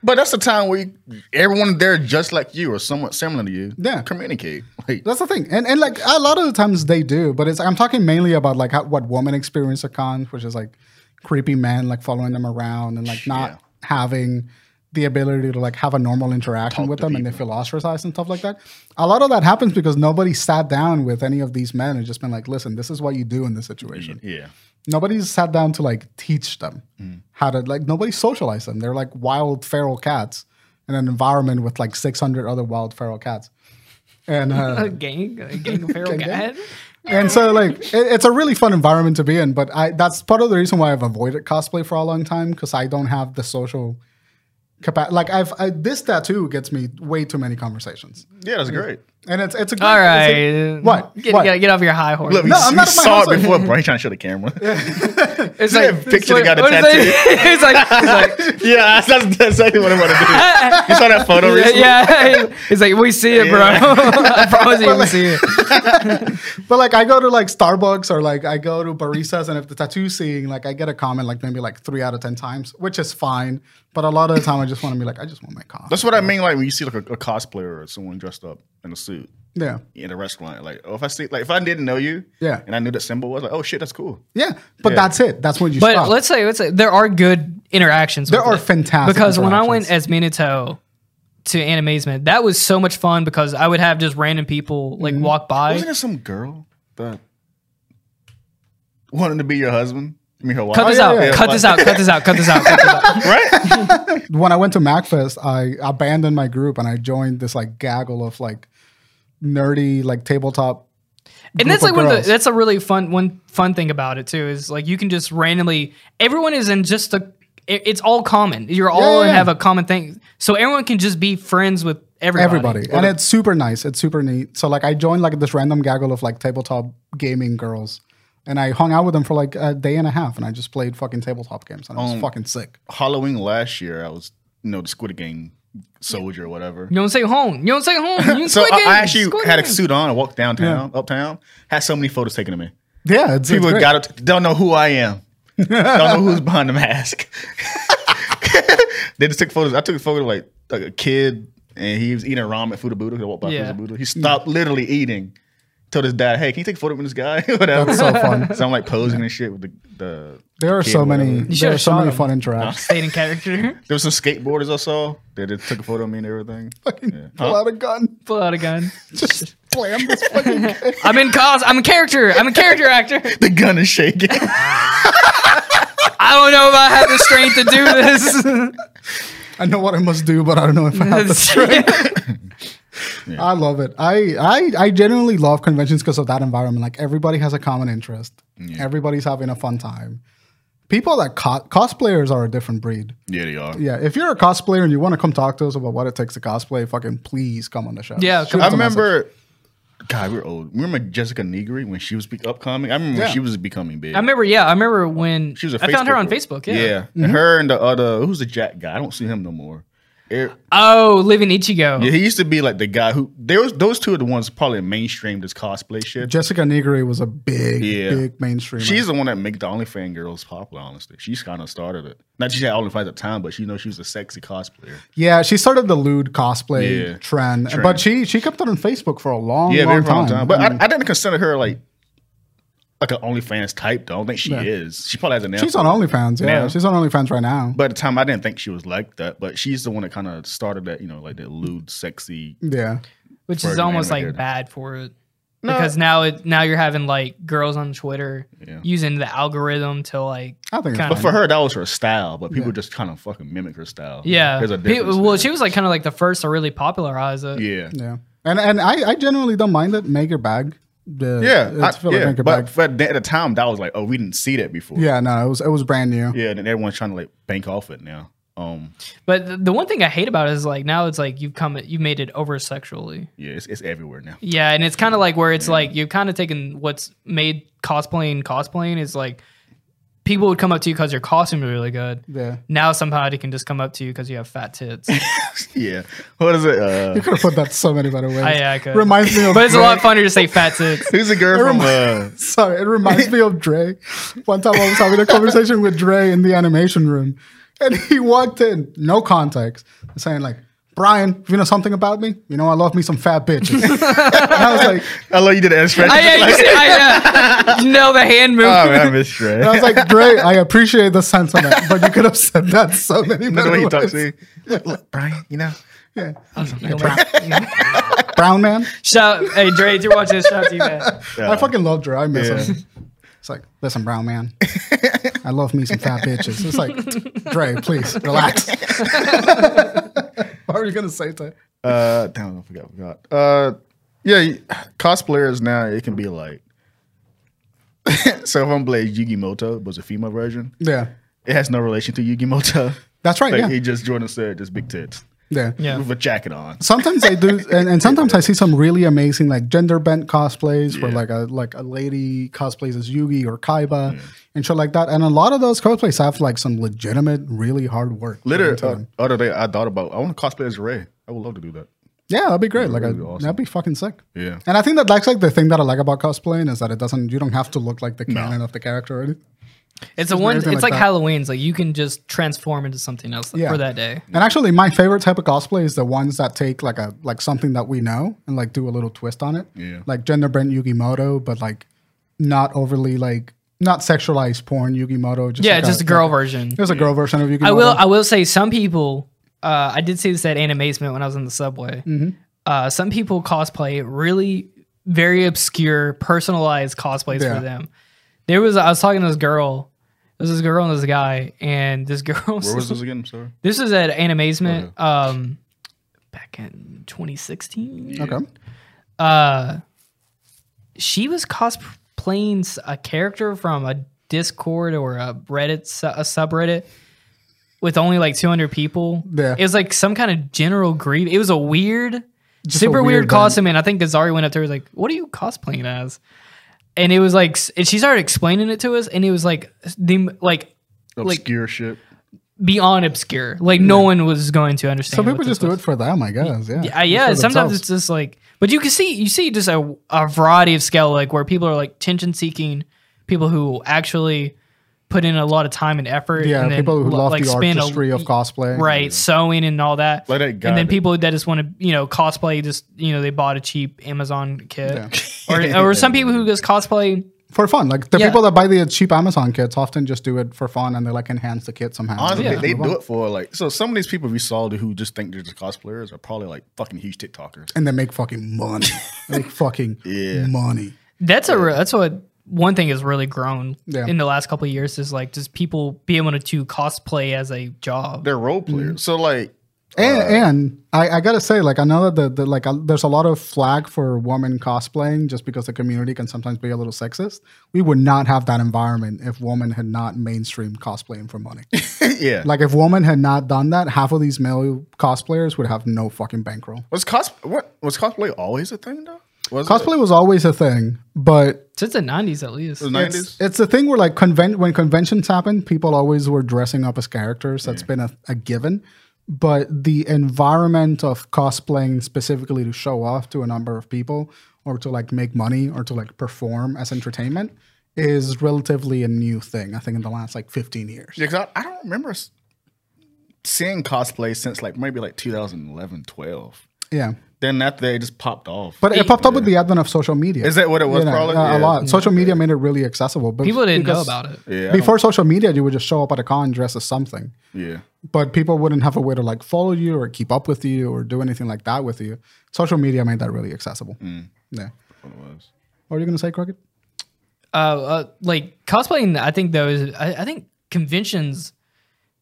S3: But that's the time where you, everyone there just like you or somewhat similar to you.
S1: Yeah.
S3: Communicate. Like,
S1: That's the thing, and and like a lot of the times they do, but it's I'm talking mainly about like how, what women experience at cons, which is like creepy men like following them around and like not
S3: Yeah.
S1: having the ability to like have a normal interaction with them, and they feel ostracized and stuff like that. A lot of that happens because nobody sat down with any of these men and just been like, listen, this is what you do in this situation.
S3: yeah.
S1: Nobody's sat down to like teach them how to like nobody socialized them. They're like wild feral cats in an environment with like 600 other wild feral cats. And uh,
S2: A gang, a gang of feral
S1: gang?
S2: cat.
S1: and so like it, it's a really fun environment to be in but i that's part of the reason why i've avoided cosplay for a long time because i don't have the social capacity like i've I, this tattoo gets me way too many conversations
S3: Yeah, that's great.
S1: and it's it's a good,
S2: All
S1: it's
S2: right,
S1: a- what
S2: Get,
S1: what
S2: Get, get off your high horse.
S3: Look,
S1: No,
S3: you,
S1: I'm
S3: you
S1: not at my
S3: saw
S1: house
S3: it
S1: right
S3: before. Bro, you trying to show the camera. (laughs)
S2: it's
S3: see that picture that got a
S2: what is it? (laughs) it's like, it's
S1: (laughs)
S2: like
S3: yeah, that's, that's exactly what I want
S2: (laughs)
S3: to do. You saw that photo recently?
S2: yeah, it's like we see it, bro. (laughs) I promise you, we see
S1: (laughs)
S2: it.
S1: but like i go to like starbucks or like i go to baristas and if the tattoo seeing like i get a comment like maybe like three out of ten times which is fine but a lot of the time i just want to be like i just want my coffee
S3: That's what I mean. Like when you see like a, a cosplayer or someone dressed up in a suit
S1: yeah
S3: in a restaurant. Like, oh, if I see, like, if I didn't know you,
S1: Yeah.
S3: and I knew that symbol was like, oh shit, that's cool.
S1: yeah but
S3: Yeah.
S1: that's it that's when you
S2: But
S1: stop
S2: let's say, let's say there are good interactions.
S1: There
S2: with
S1: are
S2: it.
S1: fantastic
S2: because when I went as
S1: interactions.
S2: Minato to Animazement, that was so much fun because I would have just random people
S1: Mm-hmm.
S2: like walk by.
S3: Wasn't there some girl that wanted to be your husband? I mean, her wife. Oh,
S2: Cut this
S1: yeah,
S2: out!
S1: yeah, yeah.
S2: Cut this out! Cut this out! Cut this out! Cut this out!
S3: (laughs) right?
S1: when I went to MacFest, I abandoned my group and I joined this like gaggle of like nerdy like tabletop.
S2: and that's
S1: group
S2: like
S1: of
S2: one of
S1: girls.
S2: the, that's a really fun one fun thing about it too is like you can just randomly everyone is in just a it- it's all common you're all
S1: yeah, yeah.
S2: have a common thing so everyone can just be friends with everybody
S1: Everybody, and it's super nice. It's super neat. So like, I joined like this random gaggle of like tabletop gaming girls, and I hung out with them for like a day and a half, and I just played fucking tabletop games, and it was
S3: Oh.
S1: fucking sick.
S3: Halloween last year, I was you know the Squid Game soldier or whatever.
S2: you don't say home you don't say
S3: (laughs)
S2: home you
S3: So
S2: squid
S3: I,
S2: games,
S3: I actually
S2: squid
S3: had a
S2: games.
S3: suit on. I walked downtown, uptown. Had so many photos taken of me.
S1: Yeah, it's,
S3: People
S1: it's great.
S3: got up don't know who I am. don't know who's behind the mask. (laughs) they just took photos. I took a photo of like, like a kid and he was eating ramen at Buddha. He walked by
S2: Yeah.
S3: yeah. Buddha. He stopped literally eating. Told his dad, "Hey, can you take a photo with this guy?" (laughs) Whatever.
S1: That's so fun.
S3: So I'm like posing and shit with the. the
S1: There
S3: (laughs)
S1: are
S3: kid,
S1: so
S3: whatever.
S1: many.
S2: should
S1: There are
S2: have
S1: so
S2: shot
S1: many
S2: him.
S1: fun interactions.
S2: stayed in character (laughs)
S3: There was some skateboarders I saw. They just took a photo of me and everything.
S1: Fucking
S3: Uh-huh.
S1: pull out a gun,
S2: pull out a gun
S1: just slam this fucking. kid.
S2: I'm in cause I'm a character I'm a character
S3: (laughs)
S2: actor
S3: The gun is shaking.
S2: I don't know if I have the strength to
S3: (laughs)
S2: do this
S1: I know what I must do, but I don't know
S2: (laughs)
S1: if I have the I love it. I I, I genuinely love conventions because of that environment. Like everybody has a common interest. Everybody's having a fun time. People that co- cosplayers are a different breed.
S3: (laughs) yeah, they are.
S1: Yeah, if you're a cosplayer and you want to come talk to us about what it takes to cosplay, fucking please come on the show.
S2: Yeah,
S1: Shoot
S2: come
S1: us
S3: I
S1: a message.
S3: remember God, we're old. Remember Jessica Negri when she was be- upcoming? I remember
S1: Yeah.
S3: when she was becoming
S2: (laughs)
S3: big.
S2: I remember, yeah, I remember when
S3: she was a
S2: I found her on
S3: Facebooker.
S2: Facebook. Yeah.
S1: Mm-hmm.
S3: And her and the other who's the Jack guy? I don't see him no more. Er-
S2: Oh, living Ichigo.
S3: yeah, he used to be like the guy who there was those two are the ones probably mainstreamed this cosplay shit.
S1: Jessica Negri was a big,
S3: Yeah.
S1: big mainstream.
S3: She's the one that made the OnlyFans girls popular, honestly. She's kind of started it. Not that she had OnlyFans at the time, but she knows she was a sexy cosplayer.
S1: yeah, she started the lewd cosplay
S3: Yeah.
S1: trend,
S3: Trend.
S1: but she she kept it on Facebook for a long,
S3: Yeah,
S1: long,
S3: very long
S1: time. Mm-hmm.
S3: time. But
S1: I
S3: I,
S1: mean,
S3: I didn't consider her like like an OnlyFans type. Though. I don't think she is. She probably has an.
S1: she's on OnlyFans. Yeah,
S3: Now.
S1: she's on OnlyFans right now.
S3: But at the time, I didn't think she was like that. But she's the one that kind of started that. You know, like that lewd, sexy.
S1: yeah,
S2: which
S3: Word,
S2: is
S3: man,
S2: almost
S3: I
S2: like
S3: hear that.
S2: bad for it because now it now you're having like girls on Twitter
S3: Yeah.
S2: using the algorithm to like
S1: I think it's
S2: Kinda.
S3: But
S1: fine.
S3: for her, that was her style. But people just kind of fucking mimic her style.
S2: yeah.
S3: there's a
S2: Pe-
S3: difference.
S2: well,
S3: there.
S2: she was like kind of like the first to really popularize it.
S3: yeah,
S1: yeah, and and I, I generally don't mind it. Make your bag. The,
S3: yeah,
S1: it's
S3: I-
S1: feel like
S3: yeah.
S1: make your
S3: But
S1: bag.
S3: for the- at the time, that was like, oh, we didn't see that before.
S1: Yeah, no, it was it was brand new.
S3: yeah. And then everyone's trying to like bank off it now. Um,
S2: But th- the one thing I hate about it is like now it's like you've come you've made it over sexually.
S3: yeah, it's, it's everywhere now. (laughs)
S2: Yeah, and it's kind of like where it's like you've kind of taken what's made cosplaying cosplaying is like people would come up to you because your costume was really good.
S1: Yeah.
S2: Now somebody can just come up to you because you have fat
S3: (laughs)
S2: tits.
S3: Yeah, what is it? Uh,
S1: You could have put that so many better ways.
S2: I, yeah, I could.
S1: Reminds me of
S2: but it's a
S1: Drake.
S3: (laughs)
S2: lot funnier to say fat tits.
S3: who's the girl from? Uh,
S1: (laughs) Sorry, it reminds me of Dre. One time I was having a conversation with Dre in the animation room, and he walked in, no context, saying like, "Brian, you know something about me? You know I love me some fat bitches." (laughs) and I was like,
S3: I love uh, you did
S2: (laughs)
S3: an expression.
S2: I, Oh, yeah, you see, I, uh, no, the hand
S3: oh
S2: movement.
S3: man, I
S1: (laughs)
S3: miss Dre.
S1: I was like, Dre, I appreciate the sentiment, but you could have said that so
S3: (laughs)
S1: many
S3: That's
S1: better
S3: (laughs) the way he
S1: ways." (laughs)
S3: talks to you. Look, look, Brian, you know.
S1: Yeah. Brown man,
S2: Shout, hey Dre, if you're watching this, shout out to you, man.
S1: I fucking love Dre. I miss
S3: Yeah.
S1: him. (laughs) It's like, listen, brown man, I love me some fat bitches. It's like, Dre, please
S3: (laughs)
S1: relax. what were you gonna say to?
S3: Uh, damn, I forgot. forgot. Uh, yeah, you- cosplayers now it can be like. (laughs) so if I'm playing Yugimoto, was a female version.
S1: Yeah.
S3: It has no relation to Yugimoto.
S1: That's right,
S3: Like
S1: yeah.
S3: he just Jordan said, just big tits
S1: Yeah.
S2: Yeah.
S3: with a jacket on.
S1: Sometimes I do, and, and sometimes I see some really amazing like gender bent cosplays where
S3: Yeah.
S1: like a like a lady cosplays as Yugi or Kaiba and shit like that. And a lot of those cosplays have like some legitimate, really hard work. put
S3: Literally,
S1: into
S3: uh,
S1: them.
S3: other day I thought about I want to cosplay as Ray. I would love to do that.
S1: yeah, that'd be great. Like
S3: really
S1: I-
S3: awesome.
S1: that'd be fucking sick.
S3: Yeah.
S1: And I think that that's like the thing that I like about cosplaying is that it doesn't. You don't have to look like the canon of the character. Or anything.
S2: It's a one. It's
S1: anything like
S2: like,
S1: that.
S2: Halloween's. Like you can just transform into something else
S1: Yeah.
S2: for that day.
S1: And actually, my favorite type of cosplay is the ones that take like a like something that we know and like do a little twist on it.
S3: Yeah.
S1: Like gender bent Yugimoto, but like not overly like not sexualized porn Yugimoto. Just
S2: Yeah,
S1: like
S2: just a girl version.
S1: there's a girl version of Yugimoto.
S2: I will. I will say some people. Uh, I did see this at Animazement when I was in the subway. Uh, some people cosplay really very obscure, personalized cosplays
S1: Yeah.
S2: for them. There was. I was talking to this girl. There's this girl and this guy, and this (laughs) girl.
S3: Where was this again? I'm sorry.
S2: This was at Animazement. Um, back in 2016.
S1: okay.
S2: uh she was cosplaying s- a character from a discord or a reddit su- a subreddit with only like 200 people
S1: Yeah.
S2: it was like some kind of general grief it was a weird
S1: a
S2: super weird,
S1: weird
S2: costume and i think gazari went up to her like what are you cosplaying as and it was like s- and she started explaining it to us and it was like s- the m- like Like-
S3: Obscure shit.
S2: beyond obscure like no one was going to understand
S1: Some
S2: what
S1: people
S2: this
S1: just do
S2: was.
S1: it for them, I guess. Yeah.
S2: Yeah, yeah.
S1: For
S2: Sometimes
S1: themselves.
S2: it's just like, but you can see you see just a, a variety of scale, like where people are like attention seeking, people who actually put in a lot of time and effort.
S1: yeah,
S2: and then
S1: people who
S2: lo-
S1: love the
S2: spend a-
S1: artistry of cosplay.
S2: right sewing and all that.
S3: Like that guy
S2: and then
S3: that-
S2: people that just want to you know cosplay, just you know they bought a cheap Amazon kit, (laughs) or or some people who just cosplay.
S1: For fun. Like the
S2: Yeah.
S1: people that buy the cheap Amazon kits often just do it for fun and they like enhance the kit somehow.
S3: Honestly,
S1: Yeah.
S3: they, they do it for like so. Some of these people we saw who just think they're just cosplayers are probably like fucking huge TikTokers.
S1: and they make fucking money. (laughs) They make fucking
S3: (laughs) Yeah.
S1: money.
S2: That's a re- that's what one thing has really grown
S1: Yeah.
S2: in the last couple of years is like just people being able to, to cosplay as a job.
S3: They're role
S1: Mm-hmm.
S3: players. So like, (clears throat)
S1: And, and I, I gotta say, like I know that the, the like uh, there's a lot of flag for women cosplaying just because the community can sometimes be a little sexist. We would not have that environment if women had not mainstreamed cosplaying for money.
S3: yeah,
S1: like if women had not done that, half of these male cosplayers would have no fucking bankroll.
S3: Was cos what was cosplay always a thing though? Was
S1: Cosplay was always a thing, but
S2: Since the nineties at least.
S3: it the
S1: it's,
S3: nineties?
S1: it's a thing where like conven- when conventions happen, people always were dressing up as characters.
S3: Mm.
S1: That's been a, a given. But the environment of cosplaying specifically to show off to a number of people or to like make money or to like perform as entertainment is relatively a new thing, I think, in the last like 15 years.
S3: Yeah, 'cause I, I don't remember s- seeing cosplay since like maybe like 2011, 12.
S1: Yeah.
S3: Then after that, it just popped off.
S1: But it popped up with the advent of social media.
S3: Is that what it was, probably?
S1: a- A
S3: Yeah.
S1: lot. Social media made it really accessible. But
S2: People didn't know
S1: because
S2: about it.
S3: yeah, I don't-
S1: Before social media, you would just show up at a con dressed as something.
S3: yeah.
S1: but people wouldn't have a way to like follow you or keep up with you or do anything like that with you. Social media made that really accessible. Yeah.
S3: What it was.
S1: What are you gonna say, Crockett?
S2: Uh, uh, like cosplaying, I think though is I, I think conventions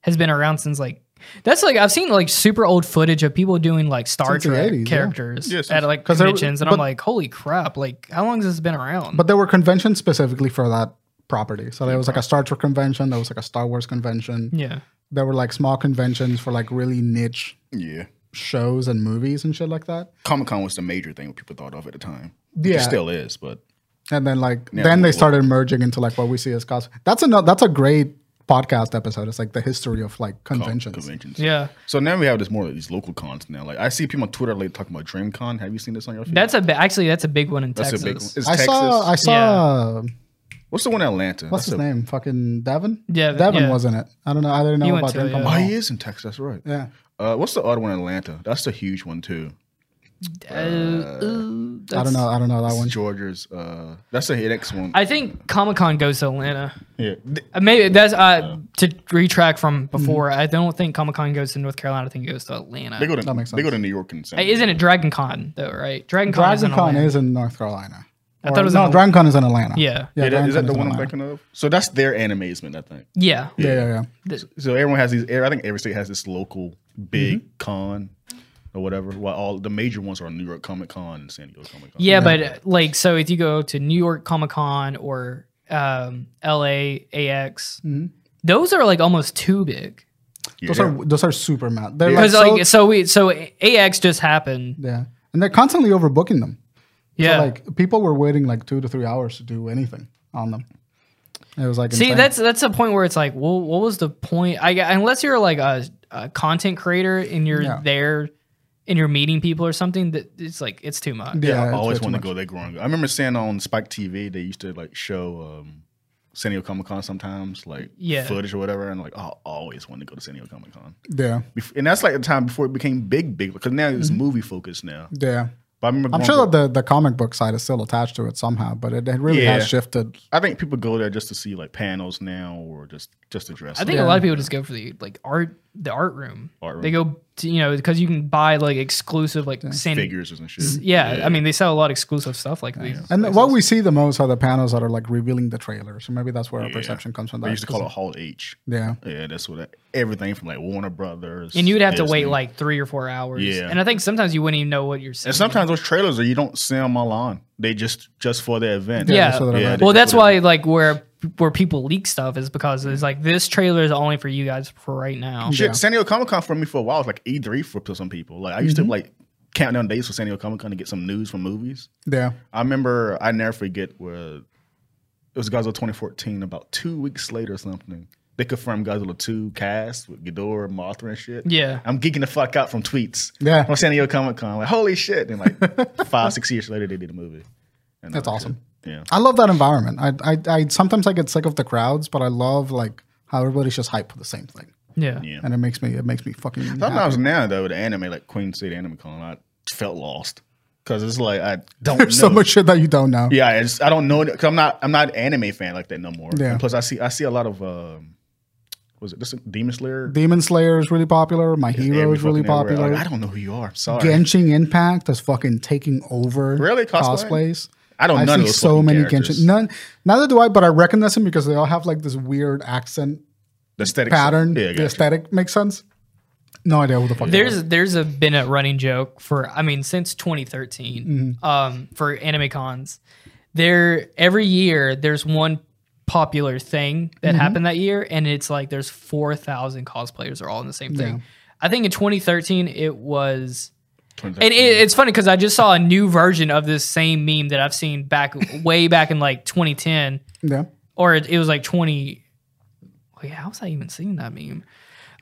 S2: has been around since like that's like I've seen like super old footage of people doing like Star
S1: Since the
S2: Trek
S1: 80s, yeah.
S2: characters
S3: Yeah, since-
S2: at like
S1: 'Cause there-
S2: conventions, and
S1: but-
S2: I'm like, holy crap! Like, how long has this been around?
S1: But there were conventions specifically for that property. So there was like a Star Trek convention, there was like a Star Wars convention.
S2: yeah,
S1: There were like small conventions for like really niche
S3: Yeah.
S1: shows and movies and shit like that.
S3: Comic Con was the major thing people thought of at the time.
S1: Yeah.
S3: It still is, but oh,
S1: And then like then they started merging into like what we see as cos. That's a that's a great podcast episode. It's like the history of like conventions.
S3: conventions.
S2: yeah.
S3: So now we have this more like these local cons now. Like I see people on Twitter like talking about DreamCon. Have you seen this on your feed?
S2: That's a bi- actually that's a big one in
S3: That's
S2: Texas.
S3: a big one. It's
S1: I
S3: Texas.
S1: saw I saw uh,
S3: What's the one in Atlanta?
S1: What's
S3: That's
S1: his
S3: a-
S1: name? Fucking Devin.
S2: Devin,
S1: Devin
S2: yeah.
S1: was in it. I don't know. I didn't know
S2: He went
S1: about
S2: to uh, it,
S1: Devin.
S2: yeah.
S3: Oh, he is in Texas. That's right.
S1: Yeah.
S3: Uh, what's the other one in Atlanta? That's a huge one too.
S2: Uh, uh,
S1: I don't
S2: that's-
S1: know. I don't know that one.
S3: Georgia's. Uh, that's a next one.
S2: I think Comic Con goes to Atlanta.
S3: yeah. Th-
S2: Uh, Maybe that's uh, to retract from
S1: Mm-hmm.
S2: before. I don't think Comic Con goes to North Carolina. I think it goes to Atlanta.
S3: They go to
S1: That makes
S3: they go
S1: sense.
S3: to New York and San
S2: Uh, Isn't it Dragon Con though? Right? Dragon Con. is in
S1: Dragon Con
S2: Atlanta.
S1: is in North Carolina.
S2: I thought it was in
S1: no.
S2: Al-
S1: Dragon Con is in Atlanta.
S2: Yeah.
S1: Yeah.
S3: Yeah, that-
S1: Dragon
S3: is that
S1: Con
S3: the
S1: in
S3: one I'm
S1: Atlanta.
S3: thinking of? So that's their animazement, I think.
S2: Yeah.
S1: Yeah, yeah, yeah.
S3: So everyone has these. I think every state has this local big
S1: Mm-hmm.
S3: con or whatever. While all the major ones are New York Comic Con and San Diego Comic Con.
S2: Yeah, but uh, like, so if you go to New York Comic Con or um, LA AX,
S1: Mm-hmm.
S2: those are like almost too big.
S3: Yeah.
S1: Those are those are super mad. They're like,
S2: Because
S1: so,
S2: like, so we so AX just happened.
S1: yeah, and they're constantly overbooking them. So,
S2: Yeah.
S1: like people were waiting like two to three hours to do anything on them. It was like
S2: See,
S1: insane.
S2: that's that's a point where it's like, well, what was the point? I gu- unless you're like a, a content creator and you're
S1: Yeah.
S2: there and you're meeting people or something, that it's like it's too much.
S1: yeah.
S3: I
S1: it's
S3: always
S1: way too
S3: wanted
S1: much.
S3: to go there growing up. I remember seeing on Spike TV they used to like show um, San Diego Comic Con sometimes, like
S2: Yeah.
S3: footage or whatever, and like oh, I always wanted to go to San Diego Comic Con.
S1: Yeah,
S3: Bef- And that's like the time before it became big, big because now
S2: Mm-hmm.
S3: it's movie focused now.
S1: yeah.
S3: But I remember
S1: I'm
S3: going
S1: sure
S3: to-
S1: that the, the comic book side is still attached to it somehow, but it, it really
S3: Yeah.
S1: has shifted.
S3: I think people go there just to see like panels now or just just to dress.
S2: I think
S3: up.
S2: a lot of people just go for the like art, the art room.
S3: Art
S2: They go, to, you know, because you can buy like exclusive like San.
S3: figures and shit.
S2: Yeah, I mean, they sell a lot of exclusive stuff like these.
S1: And th- what we see the most are the panels that are like revealing the trailer. So maybe that's where our
S3: Yeah.
S1: perception comes from.
S3: They
S1: that.
S3: used to call it Hall H.
S1: Yeah.
S3: Yeah, that's what everything from like Warner Brothers.
S2: And you'd have to
S3: Disney.
S2: wait like three or four hours.
S3: Yeah.
S2: And I think sometimes you wouldn't even know what you're seeing.
S3: And sometimes those trailers are you don't see them online. They just just for the event.
S2: yeah.
S1: just so that I
S3: Yeah,
S1: read
S2: well,
S3: they
S2: that's
S3: put it-
S2: why like where where people leak stuff is because it's like this trailer is only for you guys for right now.
S3: Shit, San Diego Comic Con for me for a while was like E three for some people. Like I used
S2: Mm-hmm.
S3: to like count down days for San Diego Comic Con to get some news from movies.
S1: Yeah.
S3: I remember I never forget where it was Godzilla 2014. About two weeks later or something, they confirmed Godzilla 2 cast with Ghidorah, Mothra, and shit.
S2: Yeah.
S3: I'm geeking the fuck out from tweets.
S1: Yeah.
S3: from San Diego Comic Con. Like holy shit!
S1: (laughs)
S3: And like five, six years later, they did a movie. And uh,
S1: That's
S3: I'm like,
S1: awesome.
S3: Yeah.
S1: I love that environment. I, I, I sometimes I get sick of the crowds, but I love like how everybody's just hyped for the same thing,
S2: Yeah.
S3: Yeah.
S1: and it makes me it makes me fucking. happy.
S3: Sometimes now though, with the anime like Queen City Anime Con, I felt lost because it's
S1: (laughs)
S3: like I don't know.
S1: There's so much shit that you don't know.
S3: Yeah, I just I don't know because I'm not I'm not an anime fan like that no more.
S1: Yeah.
S3: And plus, I see I see a lot of um, was it this Demon Slayer?
S1: Demon Slayer is really popular. My Hero
S3: Every
S1: is really
S3: fucking everywhere.
S1: popular.
S3: Like, I don't know who you are. Sorry,
S1: Genshin Impact is fucking taking over.
S3: Really? Cosplay?
S1: cosplays.
S3: I don't.
S1: I see
S3: none of those
S1: so
S3: fucking
S1: many
S3: characters.
S1: Genshin. None, neither do I, but I recognize them because they all have like this weird accent
S3: the aesthetic
S1: pattern.
S3: Yeah, I
S1: the
S3: got you.
S1: aesthetic makes sense. No idea who the fuck. they are.
S2: There's there's a been a running joke for I mean since 2013 um, for anime cons. There every year there's one popular thing that happened that year, and it's like there's four thousand cosplayers are all in the same thing. I think in 2013 it was And it, it's funny because I just saw a new version of this same meme that I've seen back way back in like 2010,
S1: Yeah.
S2: or it, it was like 20. Wait, how was I even seeing that meme?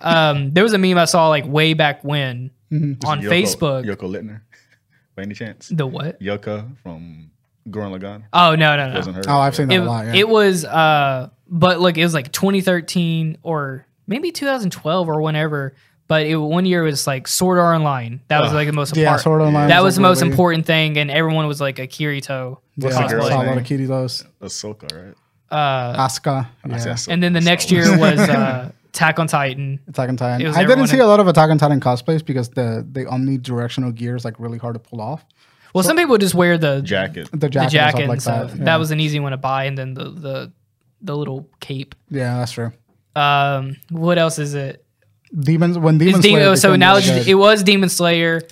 S2: Um, there was a meme I saw like way back when
S1: Mm-hmm.
S2: on
S3: Yoko-
S2: Facebook.
S3: Yoko Littner, (laughs) by any chance?
S2: The what?
S3: Yoko from Gurren Lagann
S2: Oh no no no!
S3: wasn't her.
S1: Oh, I've seen that
S2: it,
S1: a lot. Yeah.
S2: it was uh but look it was like 2013 or maybe 2012 or whenever but it, one year it was like sword art online that was like the most
S1: yeah,
S2: important
S1: Sword Art Online
S2: that
S1: was
S2: was
S1: a
S2: the most
S1: really-
S2: important thing and everyone was like a kirito
S1: Yeah,
S3: the girl's
S1: I saw a lot
S3: name?
S1: of kitty those.
S3: Ahsoka, right?
S2: uh
S1: Asuka.
S3: I said
S1: Yeah.
S3: Ahsoka.
S2: and then the
S3: That's
S2: next
S3: all.
S2: year
S1: (laughs)
S2: was uh attack on titan
S1: Attack on Titan.
S2: It was
S1: I didn't
S2: everyone
S1: see
S2: in-
S1: a lot of Attack on Titan cosplays because the the omnidirectional gear is like really hard to pull off.
S2: well some people just wear the jacket,
S3: jacket.
S1: The
S2: the
S1: jacket,
S2: jacket
S1: and
S2: and
S1: stuff like
S2: stuff
S1: that. Yeah.
S2: that was an easy one to buy and then the the the little cape
S1: yeah, that's true.
S2: um what else is it
S1: Demons when Demons.
S2: It's Demon- oh,
S1: Slayer
S2: so
S1: became
S2: now
S1: really
S2: it's-
S1: good.
S2: it was Demon Slayer,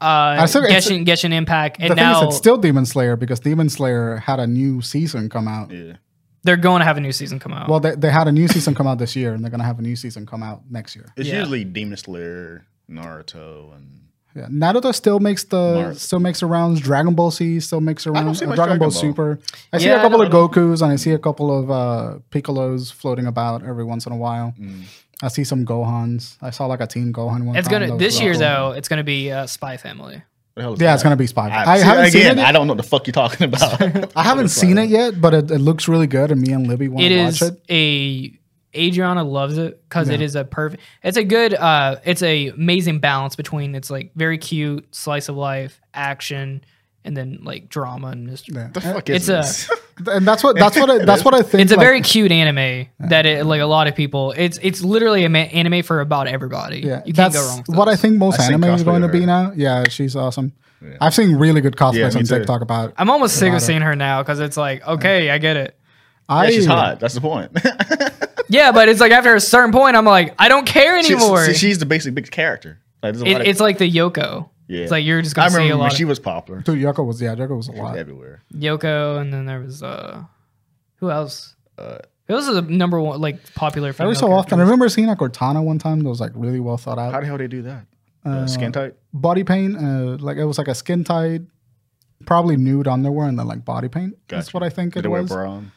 S2: uh,
S1: still- it's-
S2: Genshin, Genshin Impact,
S1: the
S2: and
S1: thing is,
S2: now
S1: it's still Demon Slayer because Demon Slayer had a new season come out.
S3: Yeah.
S2: they're going to have a new season come out.
S1: Well, they, they had a new season come out this year, and they're gonna have a new season come out next year.
S3: It's
S2: Yeah.
S3: usually Demon Slayer, Naruto, and
S1: Yeah. Naruto still makes the
S3: Naruto.
S1: still makes the rounds. Dragon Ball Z still makes the
S3: don't
S1: rounds.
S3: see
S1: uh,
S3: much
S1: Dragon
S3: Dragon
S1: Ball,
S3: Ball.
S1: Super. I see
S2: Yeah,
S1: a
S2: I
S1: couple of
S2: don't-
S1: Goku's and I see a couple of uh, Piccolo's floating about every once in a while.
S3: Mm.
S1: I see some Gohans. I saw like a Teen Gohan one.
S2: it's
S1: time.
S2: gonna
S1: That was
S2: this
S1: really
S2: year
S1: cool.
S2: though. It's gonna be uh, Spy Family.
S3: what the hell is
S1: Yeah,
S3: that?
S1: it's gonna be Spy.
S3: I,
S1: I, haven't
S3: again,
S1: seen it.
S3: I don't know what the fuck you're talking
S1: (laughs)
S3: about.
S1: I haven't seen it yet, but it, it looks really good, and me and Libby want
S2: It
S1: to
S2: is
S1: watch it.
S2: a Adriana loves it because it is a perfect. It's a good. Uh, it's a amazing balance between it's like very cute slice of life action and then like drama and mystery.
S1: Yeah.
S3: The fuck
S2: It's
S3: is
S2: a-
S3: this? (laughs)
S1: And that's what that's what I, that's what I think.
S2: It's a
S1: like-
S2: very cute anime that it, like a lot of people. It's it's literally an anime for about everybody.
S1: yeah.
S2: you can't
S1: that's
S2: go wrong. With
S1: what
S2: those.
S1: I think most
S3: I've seen
S1: anime is
S3: cosplay
S1: going to
S3: of
S1: be
S3: her.
S1: now. Yeah, she's awesome.
S3: Yeah.
S1: I've seen really good
S3: Yeah,
S1: cosplays
S3: me
S1: on
S3: too.
S1: TikTok about. it.
S2: I'm almost sick of seeing her now because it's like, okay, I get it.
S1: I,
S3: Yeah, she's hot. That's the point. (laughs)
S2: Yeah, but it's like after a certain point, I'm like, I don't care anymore.
S3: She's, she's the basic big character. Like, there's a lot
S2: It-
S3: of-
S2: it's like the Yoko.
S3: Yeah.
S2: It's like you're just
S3: I
S2: gonna see
S3: remember
S2: a
S3: when
S2: lot
S3: she
S2: of
S3: was popular.
S1: Dude, Yoko was yeah, Yoko was a lot.
S3: Everywhere.
S2: Yoko, and then there was uh, who else?
S3: Uh,
S2: Those are the number one like popular.
S1: Every
S2: female
S1: so often, I
S2: characters.
S1: remember seeing a Cortana one time that was like really well thought
S3: How
S1: out.
S3: the hell they do that? Uh, skin tight.
S1: Body paint, uh, like it was like a skin tight, probably nude underwear, and then like body paint. That's
S3: Gotcha.
S1: what I think
S3: Did
S1: it
S3: they wear
S1: was.
S3: brown?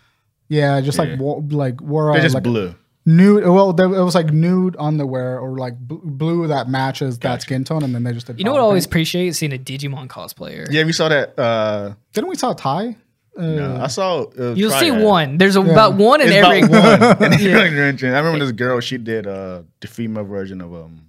S1: Yeah, just
S3: Yeah.
S1: like wo- like wore
S3: They're
S1: a,
S3: just
S1: like
S3: blue.
S1: nude. Well, there, it was like nude underwear or like bl- blue that matches that skin tone, and then they just did.
S2: You know what I
S1: body
S2: always
S1: paint.
S2: appreciate seeing a Digimon cosplayer.
S3: Yeah, we saw that. Uh,
S1: didn't we saw Ty? Uh,
S3: no, I saw. Uh,
S2: You'll see
S3: Triad.
S2: one. There's a, about one in
S3: It's
S2: every. (laughs)
S3: about one. in every dimension. I remember this girl. She did uh, the female version of um,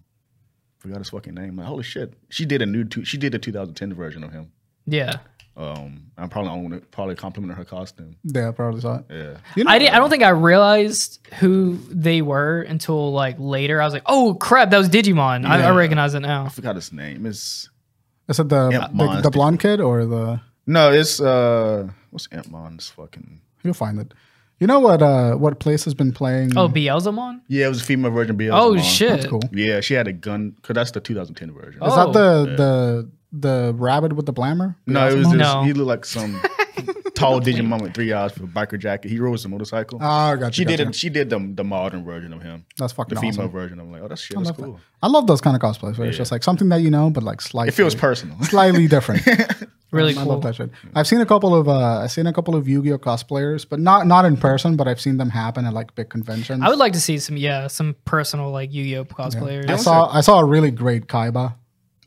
S3: forgot his fucking name. Like, holy shit, she did a new. Two, she did a 2010 version of him.
S2: Yeah,
S3: Um, I'm probably I'm gonna probably complimented her costume.
S1: Yeah, I probably saw it.
S3: Yeah,
S1: You know,
S2: I didn't. I don't think I realized who they were until like later. I was like, oh crap, that was Digimon. I, I
S3: Yeah.
S2: recognize it now.
S3: I forgot his name. It's
S1: is it the,
S3: Yeah,
S1: the the
S3: Monster.
S1: blonde kid or the?
S3: no, it's uh, what's Ant Mon's fucking.
S1: You'll find it. You know what? Uh, what place has been playing?
S2: Oh, Beelzemon.
S3: Yeah, it was a female version. of
S2: Oh
S3: Beelzebub.
S2: shit.
S1: that's cool.
S3: Yeah, she had a gun because that's the 2010 version.
S2: Oh.
S1: Is that the the the rabbit with the blamer?
S3: No, it was just,
S2: No.
S3: he looked like some tall
S1: (laughs)
S3: Digimon with three eyes with a biker jacket. He rode a motorcycle.
S1: Ah, gotcha.
S3: she
S1: gotcha.
S3: did it. She did the the modern version of him,
S1: That's
S3: the
S1: fucking
S3: female
S1: awesome.
S3: version. I'm like, oh, that's shit. That's
S1: (laughs)
S3: cool.
S1: I love those kind of cosplays where it's just like something that you know, but like slightly.
S3: It feels personal. (laughs)
S1: slightly different.
S2: Really
S1: I
S2: cool.
S1: love that shit. I've seen a couple of uh, I've seen a couple of Yu-Gi-Oh cosplayers, but not not in person. But I've seen them happen at like big conventions.
S2: I would like to see some, yeah, some personal like Yu-Gi-Oh cosplayers.
S1: I saw I saw a really great Kaiba.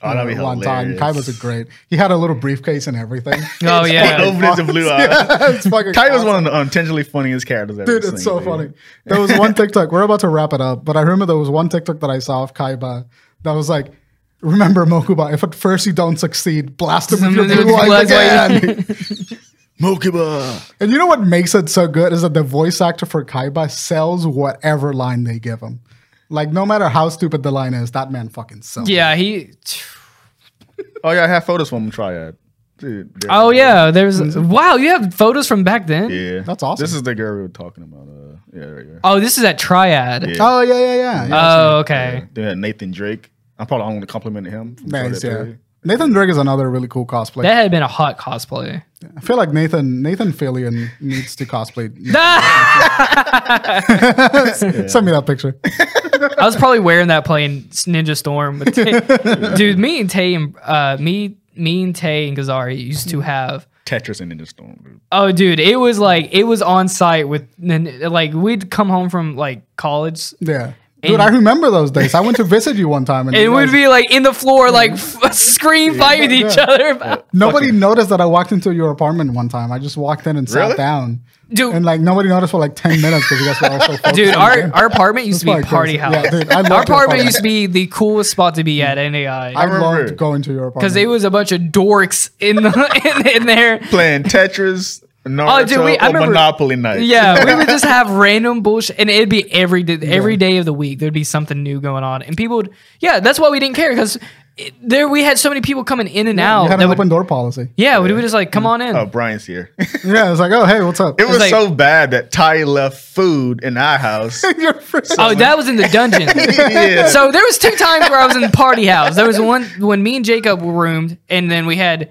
S3: Oh, that'd be
S1: uh, one time.
S3: hilarious.
S1: Kaiba's a great. He had a little briefcase and
S3: (laughs)
S1: everything.
S2: Oh yeah,
S3: Over the
S1: (laughs)
S3: blue eye.
S1: it's fucking
S3: Kai was one of the intentionally funniest characters I've ever
S1: Dude, it's
S3: seen,
S1: so
S3: dude.
S1: funny. There was one TikTok. We're about to wrap it up, but I remember there was one TikTok that I saw of Kaiba that was like, "Remember Mokuba? If at first you don't succeed, (laughs) blast him with your blue eyes
S2: Blast
S1: (laughs)
S2: eyes.
S1: again."
S3: Mokuba.
S1: and you know what makes it so good is that the voice actor for Kaiba sells whatever line they give him. Like no matter how stupid the line is, that man fucking sells.
S2: yeah. He.
S3: Oh yeah, I have photos from Triad. Dude. they're-
S2: Oh yeah, there's wow. You have photos from back then.
S3: Yeah.
S1: That's awesome.
S3: This is the girl we were talking about. Uh, yeah, right here.
S2: Oh, this is at Triad.
S3: Yeah.
S1: Oh yeah, yeah, yeah. yeah.
S2: Oh okay.
S3: They had Nathan Drake. I'm probably I'm gonna compliment him. from
S1: Nice,
S3: Triad
S1: yeah.
S3: Theory.
S1: Nathan Drake is another really cool cosplay.
S2: That had been a hot cosplay.
S1: I feel like Nathan Nathan Fillion needs to (laughs) cosplay. (laughs) Send me that picture.
S2: I was probably wearing that playing Ninja Storm. With Tay.
S3: (laughs)
S2: Dude, me and Tay and uh, me, me and Tay and Gazari used to have.
S3: Tetris and Ninja Storm. Dude.
S2: Oh, dude, it was like it was on site with nin- like we'd come home from like college.
S1: Yeah. Dude, I remember those days. I went to visit you one time, and
S2: (laughs) It
S1: you
S2: would
S1: guys-
S2: be like in the floor, like f- (laughs) scream fight with each other. About.
S1: nobody noticed that I walked into your apartment one time. I just walked in and
S3: Really?
S1: sat down,
S2: Dude.
S1: and like nobody noticed for like ten minutes because you guys were also focused (laughs)
S2: (laughs) Dude,
S1: on the
S2: our,
S1: game.
S2: our apartment used to be
S1: That's
S2: a
S1: why I
S2: party
S1: can't-
S2: house.
S1: yeah, dude, I loved
S2: our
S1: your
S2: apartment
S1: apartment. Mm.
S2: used to be the coolest spot to be at NAI.
S1: I,
S3: remember.
S1: loved going to your apartment
S2: because it was a bunch of dorks in the, (laughs) in, in there.
S3: Playing Tetris, Naruto,
S2: dude, we- I
S3: or
S2: remember-
S3: Monopoly night.
S2: Yeah, we would just have random bullshit, and it'd be every day, every day of the week. There'd be something new going on, and people would. Yeah, that's why we didn't care because there we had so many people coming in and out.
S1: You had
S2: that
S1: an
S2: would-
S1: open door policy.
S2: yeah, we would just like come on in.
S3: Oh, Brian's here. (laughs) it
S1: Yeah, it's like, oh hey, what's up?
S3: was
S2: like-
S3: so bad that Ty left food in our house.
S1: Your first-
S2: Oh, that was in the dungeon.
S3: (laughs) Yeah.
S2: So there was two times where I was in the party house. There was one when me and Jacob were roomed, and then we had.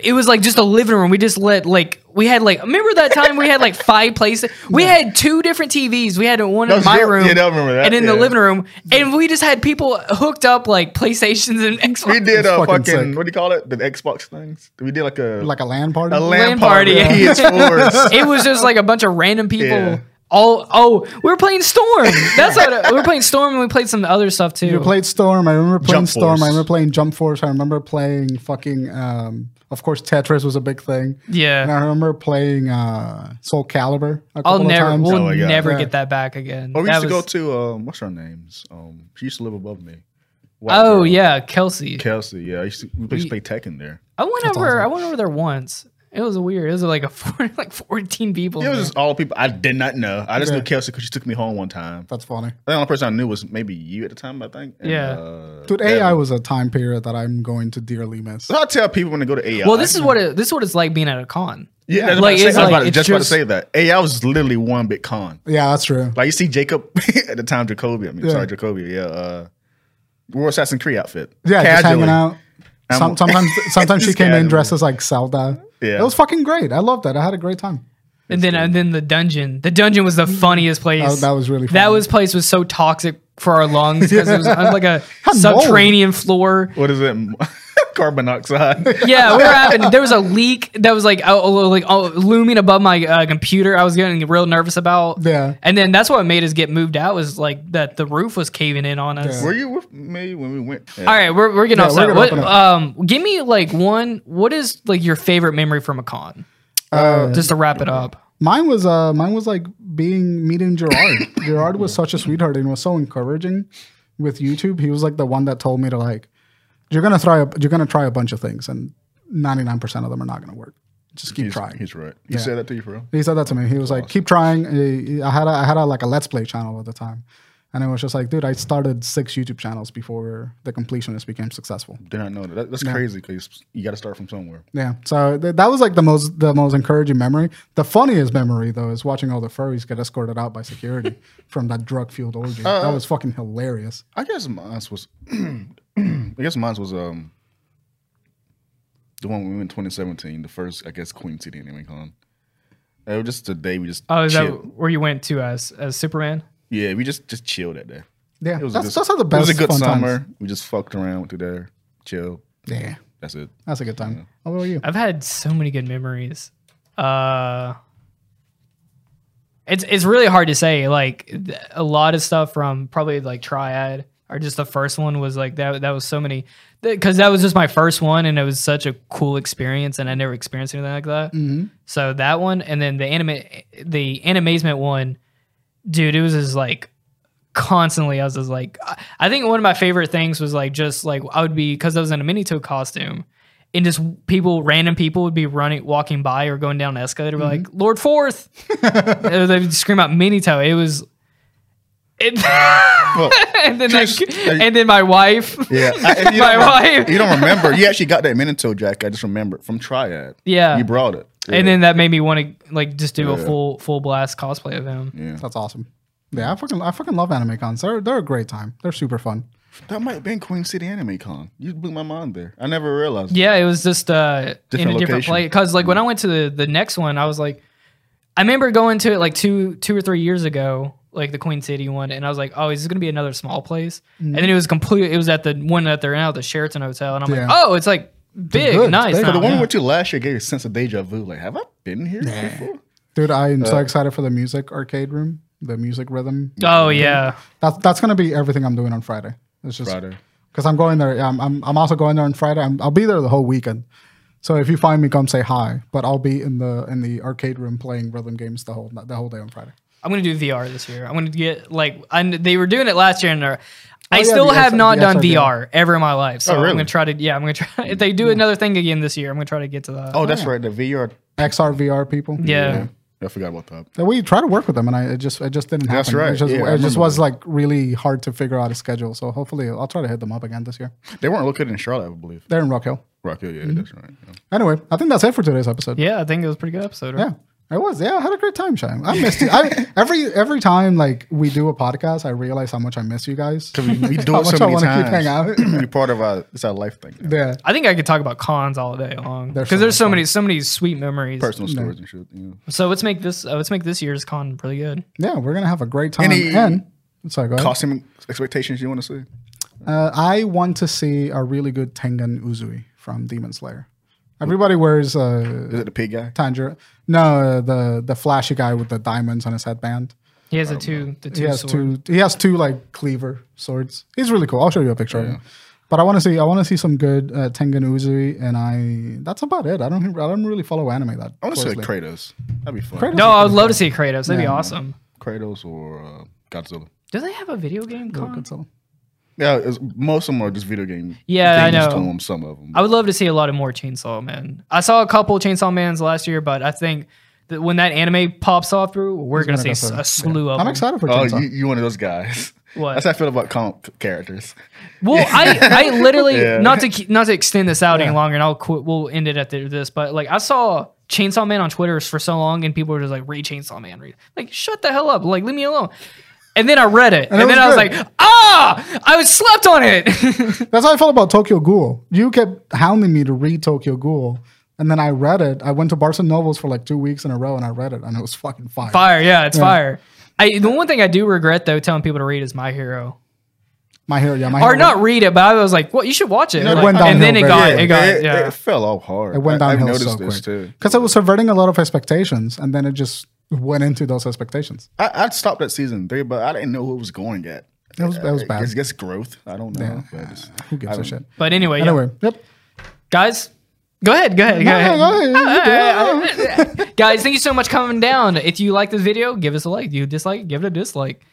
S2: It was like just a living room. We just let like we had like remember that time we
S3: (laughs)
S2: had like five places. We had two different TVs. We had one in
S3: was
S2: my
S3: your-
S2: room,
S3: yeah, I remember that,
S2: and in the
S3: yeah.
S2: living room, and we just had people hooked up like PlayStations and Xbox.
S3: we did
S1: It's
S3: a
S1: fucking
S3: fucking,
S1: sick.
S3: what do you call it? The Xbox things. We did like a
S1: (laughs) like a land party.
S3: a LAN
S2: LAN party.
S3: party. PS4s. (laughs)
S2: It was just like a bunch of random people.
S3: Yeah.
S2: All oh, we were playing Storm. That's what we were playing Storm, and we played some other stuff too.
S1: I played Storm. I remember playing
S3: Jump
S1: Storm. I
S3: Force.
S1: remember playing Jump Force. I remember playing fucking. Um, of course, Tetris was a big thing.
S2: Yeah.
S1: and I remember playing uh, Soul Calibur. A couple
S2: I'll never,
S1: Of times.
S2: we'll
S3: Oh my God.
S2: never
S1: Yeah.
S2: get that back again.
S3: Or we
S2: That
S3: used to go
S2: was-
S3: to um, what's her name's? Um, she used to live above me. White
S2: oh
S3: girl.
S2: yeah, Kelsey.
S3: Kelsey. Yeah, I used to, we used to play Tekken there.
S2: I went over.
S1: awesome.
S2: I went over there once. It was weird. It was like a (laughs) four, like fourteen people.
S3: It was
S2: there.
S3: just all people I did not know. I just
S1: Yeah.
S3: knew Kelsey because she took me home one time.
S1: That's funny.
S3: The only person I knew was maybe you at the time, I think. And,
S2: Yeah.
S3: Uh,
S1: Dude,
S3: Devin.
S1: AI was a time period that I'm going to dearly miss.
S3: So I tell people when they go to AI.
S2: well, this is what it, this is what it's like being at a con.
S3: Yeah, that's
S2: Like,
S3: like,
S2: it's
S3: I was about
S2: like-
S3: to,
S2: it's
S3: just, about to
S2: just-
S3: say that. AI was literally one big con.
S1: Yeah, that's true.
S3: Like you see Jacob (laughs) at the time, Jacoby. I mean,
S1: Yeah.
S3: sorry, Jacoby. Yeah, uh, War Assassin Creed outfit.
S1: Yeah, just hanging
S3: Casually.
S1: out.
S3: I'm-
S1: Some,
S3: (laughs)
S1: sometimes, sometimes she
S3: Just
S1: came in
S3: casually.
S1: dressed as like Zelda.
S3: Yeah.
S1: it was fucking great. I loved that. I had a great time.
S2: And then and then the dungeon. The dungeon was the funniest place.
S1: Mm-hmm. That- that was really
S2: That
S1: funny.
S2: was place was so toxic for our lungs because it was on,
S1: (laughs)
S2: like a
S1: Had mold.
S2: subterranean floor.
S3: What is it? (laughs)
S1: (laughs)
S3: Carbon monoxide.
S2: Yeah, we were having. There was a leak that was like oh, oh, like oh, looming above my uh, computer. I was getting real nervous about.
S1: Yeah.
S2: And then that's what made us get moved out was like that the roof was caving in on us.
S1: Yeah.
S3: Were you with me when we went?
S2: All right, we're, we're getting
S1: Yeah,
S2: off
S1: we're
S2: that.
S1: gonna
S2: What,
S1: open up.
S2: um, give me like one. What is like your favorite memory from a con?
S1: Uh,
S2: Just to wrap it up.
S1: Mine was uh mine was like being meeting Gerard. (laughs) Gerard was such a sweetheart and was so encouraging with YouTube. He was like the one that told me to like you're gonna try a, you're gonna try a bunch of things and ninety nine percent of them are not gonna work. Just keep
S3: He's,
S1: trying.
S3: he's right. You said that to you, bro.
S1: He said that to me. He was like, "Keep trying." Uh, I had a, I had a, like a Let's Play channel at the time, and it was just like, "Dude, I started six YouTube channels before the completionist became successful."
S3: Did not know that. that that's crazy 'cause crazy because you got to start from somewhere.
S1: Yeah, so th- that was like the most the most encouraging memory. The funniest memory though is watching all the furries get escorted out by security (laughs) from that drug fueled orgy.
S3: Uh,
S1: that was fucking hilarious.
S3: I guess mine was. (clears throat) I guess mine was um. The one we went in 2017, the first, I guess, Queen City anime con. It was just the day we just
S2: Oh, is
S3: chilled.
S2: that where you went to as as Superman?
S3: yeah, we just just chilled that day.
S1: Yeah,
S3: It was
S1: that's,
S3: just,
S1: those are the
S3: It
S1: best.
S3: was a good
S1: fun times.
S3: summer. We just fucked around, went through there, chilled.
S1: Yeah,
S3: That's it.
S1: that's a good time. How about you?
S2: I've had so many good memories. Uh, it's it's really hard to say. Like th- a lot of stuff from probably like Triad or just the first one was like that. That was so many because that was just my first one and it was such a cool experience and I never experienced anything like that. So that one and then the anime the animazement one, dude, it was just like constantly I was just like I- I think one of my favorite things was like just like I would be because I was in a mini toe costume and just people random people would be running walking by or going down an escalator be
S3: Mm-hmm.
S2: like Lord
S3: (laughs)
S2: Forth they would scream out mini toe it was it,
S3: Well,
S2: (laughs) and then like,
S3: Trish, are you-
S2: and then my wife
S3: yeah, I- if
S2: (laughs)
S3: you
S2: My
S3: don't rem-
S2: wife.
S3: You don't remember? You actually got that Minato jacket. I just remembered from Triad.
S2: Yeah.
S3: you brought it.
S2: and then that made me want to like just do a
S3: Yeah.
S2: full full blast cosplay of him
S3: yeah.
S1: That's awesome. Yeah, I fucking I fucking love anime cons. They're they're a great time. They're super fun.
S3: That might have been Queen City Anime Con. You blew my mind there. I never realized.
S2: Yeah, it was just uh, in a
S3: Different
S2: different
S3: location.
S2: place. Because like when I went to the, the next one, I was like, I remember going to it like two two or three years ago, like the Queen City one, and I was like, oh, is this gonna be another small place?
S1: Mm-hmm.
S2: And then it was complete. It was at the one that they're now, the Sheraton Hotel, and I'm
S1: Yeah.
S2: like, oh, it's like big,
S1: good.
S2: nice.
S1: It's big. So
S2: now,
S3: The one
S2: yeah.
S3: we went to last year gave a sense of deja vu. Like, have I been here before?
S1: Dude, I am so
S3: Uh,
S1: excited for the music arcade room, the music rhythm.
S2: oh yeah,
S1: That's that's gonna be everything I'm doing on Friday. It's just
S3: Friday.
S1: because I'm going there. I'm, I'm I'm also going there on Friday. I'm, I'll be there the whole weekend. So if you find me, come say hi. But I'll be in the in the arcade room playing rhythm games the whole the whole day on Friday.
S2: I'm gonna do VR this year. I'm gonna get like, and they were doing it last year, and they're- I
S1: Oh, yeah,
S2: still
S1: the
S2: have
S1: SR
S2: not
S1: the
S2: done
S1: SR
S2: VR ever in my life. So
S3: Oh, really?
S2: I'm gonna try to. Yeah, I'm gonna try. (laughs) If they do another thing again this year, I'm gonna try to get to that.
S3: Oh, that's right. The VR.
S1: XR VR people.
S2: yeah.
S3: I forgot about that.
S1: And We tried to work with them, and I it just it just didn't happen.
S3: That's right.
S1: It just,
S3: Yeah, I
S1: it just
S3: remember
S1: was like really hard to figure out a schedule. So hopefully, I'll try to hit them up again this year.
S3: They weren't located in Charlotte, I believe.
S1: They're in Rock Hill.
S3: Rock Hill, yeah, that's right. yeah.
S1: Anyway, I think that's it for today's episode.
S2: Yeah, I think it was a pretty good episode. Right?
S1: Yeah, I was. Yeah, I had a great time, Shane. I missed you. I, every every time like we do a podcast, I realize how much I miss you guys.
S3: (laughs) Because we, we do
S1: How
S3: it so
S1: much I
S3: many
S1: wanna keep
S3: times.
S1: hanging
S3: We're part of our it's our life thing. now.
S1: Yeah,
S2: I think I could talk about cons all day long
S1: There's
S2: because
S1: so
S2: there's
S1: much
S2: so many, so many sweet memories.
S3: Personal stories and shit. You know.
S2: So let's make this, uh, let's make this year's con pretty good.
S1: yeah, we're gonna have a great time.
S3: Any-
S1: and sorry, go ahead.
S3: Costume expectations you want to see?
S1: Uh, I want to see a really good Tengen Uzui from Demon Slayer. Everybody wears uh,
S3: Is it the pig guy?
S1: Tanjiro. No, uh, the the flashy guy with the diamonds on his headband.
S2: He has the two, the two.
S1: Oh, he has
S2: sword.
S1: two. He has two like cleaver swords. He's really cool. I'll show you a picture of him. But I want to see. I want to see some good uh, Tengen Uzui, and I. That's about it. I don't. I don't really follow anime that.
S3: I want to see like
S1: closely.
S3: Kratos. That'd be fun.
S1: Kratos?
S2: No, I would love to see Kratos. That'd be awesome.
S3: Kratos or uh, Godzilla.
S2: Do they have a video game con?
S1: Godzilla.
S3: Yeah, it's, most of them are just video game.
S2: Yeah, I
S3: things
S2: know.
S3: to 'em, some of them.
S2: I would love to see a lot of more Chainsaw Man. I saw a couple Chainsaw Mans last year, but I think that when that anime pops off through, we're gonna,
S1: Gonna go
S2: see s-
S1: for it.
S2: a slew
S1: Yeah.
S2: of.
S1: I'm
S2: them.
S1: excited for
S3: Oh,
S1: Chainsaw.
S3: you, you one of those guys.
S2: What?
S3: That's how I feel about comic characters.
S2: Well, I, I literally
S3: Yeah.
S2: not to ke- not to extend this out any longer, and I'll quit. We'll end it at th- this. But like, I saw Chainsaw Man on Twitter for so long, and people were just like, "Read Chainsaw Man, read." Like, shut the hell up! Like, leave me alone. And then I read it, and,
S1: it was
S2: then I was
S1: good.
S2: like, "Ah, I was slept on it." (laughs)
S1: That's how I felt about Tokyo Ghoul. You kept hounding me to read Tokyo Ghoul, and then I read it. I went to Barnes and Nobles for like two weeks in a row, and I read it, and it was fucking fire.
S2: fire, yeah, it's fire. I the one thing I do regret though, telling people to read is My Hero,
S1: My hero, yeah, my
S2: or
S1: hero.
S2: not read it, but I was like, "What? you should watch it."
S1: it
S2: Like,
S1: went
S2: and then it
S1: downhill
S2: got
S1: very
S2: it got
S3: it,
S2: yeah.
S3: it fell off hard.
S1: It went
S3: I, I've
S1: downhill
S3: noticed
S1: so
S3: this
S1: quick
S3: too.
S1: because it was subverting a lot of expectations, and then it just went into those expectations.
S3: I, I stopped at season three, but I didn't know who it was going at.
S1: It was- it was bad.
S3: It's just growth. I don't know. but it's-
S1: Who gives
S3: I
S1: a
S3: don't-
S1: shit?
S2: but anyway, yeah.
S1: Anyway, yep.
S2: guys, go ahead, go ahead, go
S1: No,
S2: ahead.
S1: no, no, you do it.
S2: (laughs) guys thank you so much coming down if you like this video give us a like if you dislike it, give it a dislike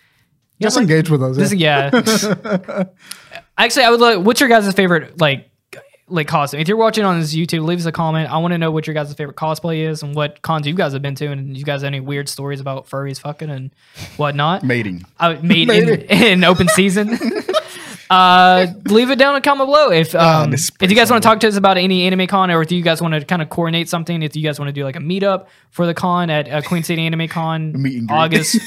S2: Yeah,
S1: Just
S2: like-
S1: engage with us.
S2: this
S1: yeah.
S2: yeah actually i would like what's your guys' favorite like like costume if you're watching on this youtube leave us a comment i want to know what your guys' favorite cosplay is and what cons you guys have been to and you guys have any weird stories about furries fucking and whatnot
S3: Mating.
S2: I
S3: (laughs)
S2: would- Uh, made in, in open season. uh, leave it down in comment below if um,
S3: this
S2: if you guys want to talk to us about any anime con or if you guys want to kind of coordinate something. If you guys want to do like a meetup for the con at uh, Queen City Anime
S3: meet
S2: Con
S3: and greet. (laughs)
S2: August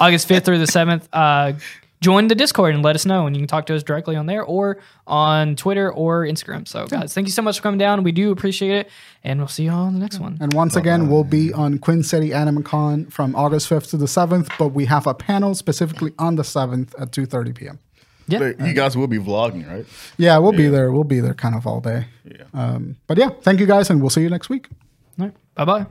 S2: August fifth through the seventh. Uh, Join the Discord and let us know, and you can talk to us directly on there or on Twitter or Instagram. So, guys, thank you so much for coming down. We do appreciate it, and we'll see you all on the next one.
S1: And once again, we'll be on Quinn City Anime Con from August 5th to the 7th, but we have a panel specifically on the 7th at 2.30 p.m.
S2: Yeah.
S3: But you guys will be vlogging, right?
S1: Yeah, we'll be there. We'll be there kind of all day.
S3: Yeah.
S1: Um, but yeah, thank you guys, and we'll see you next week.
S2: All right. Bye bye.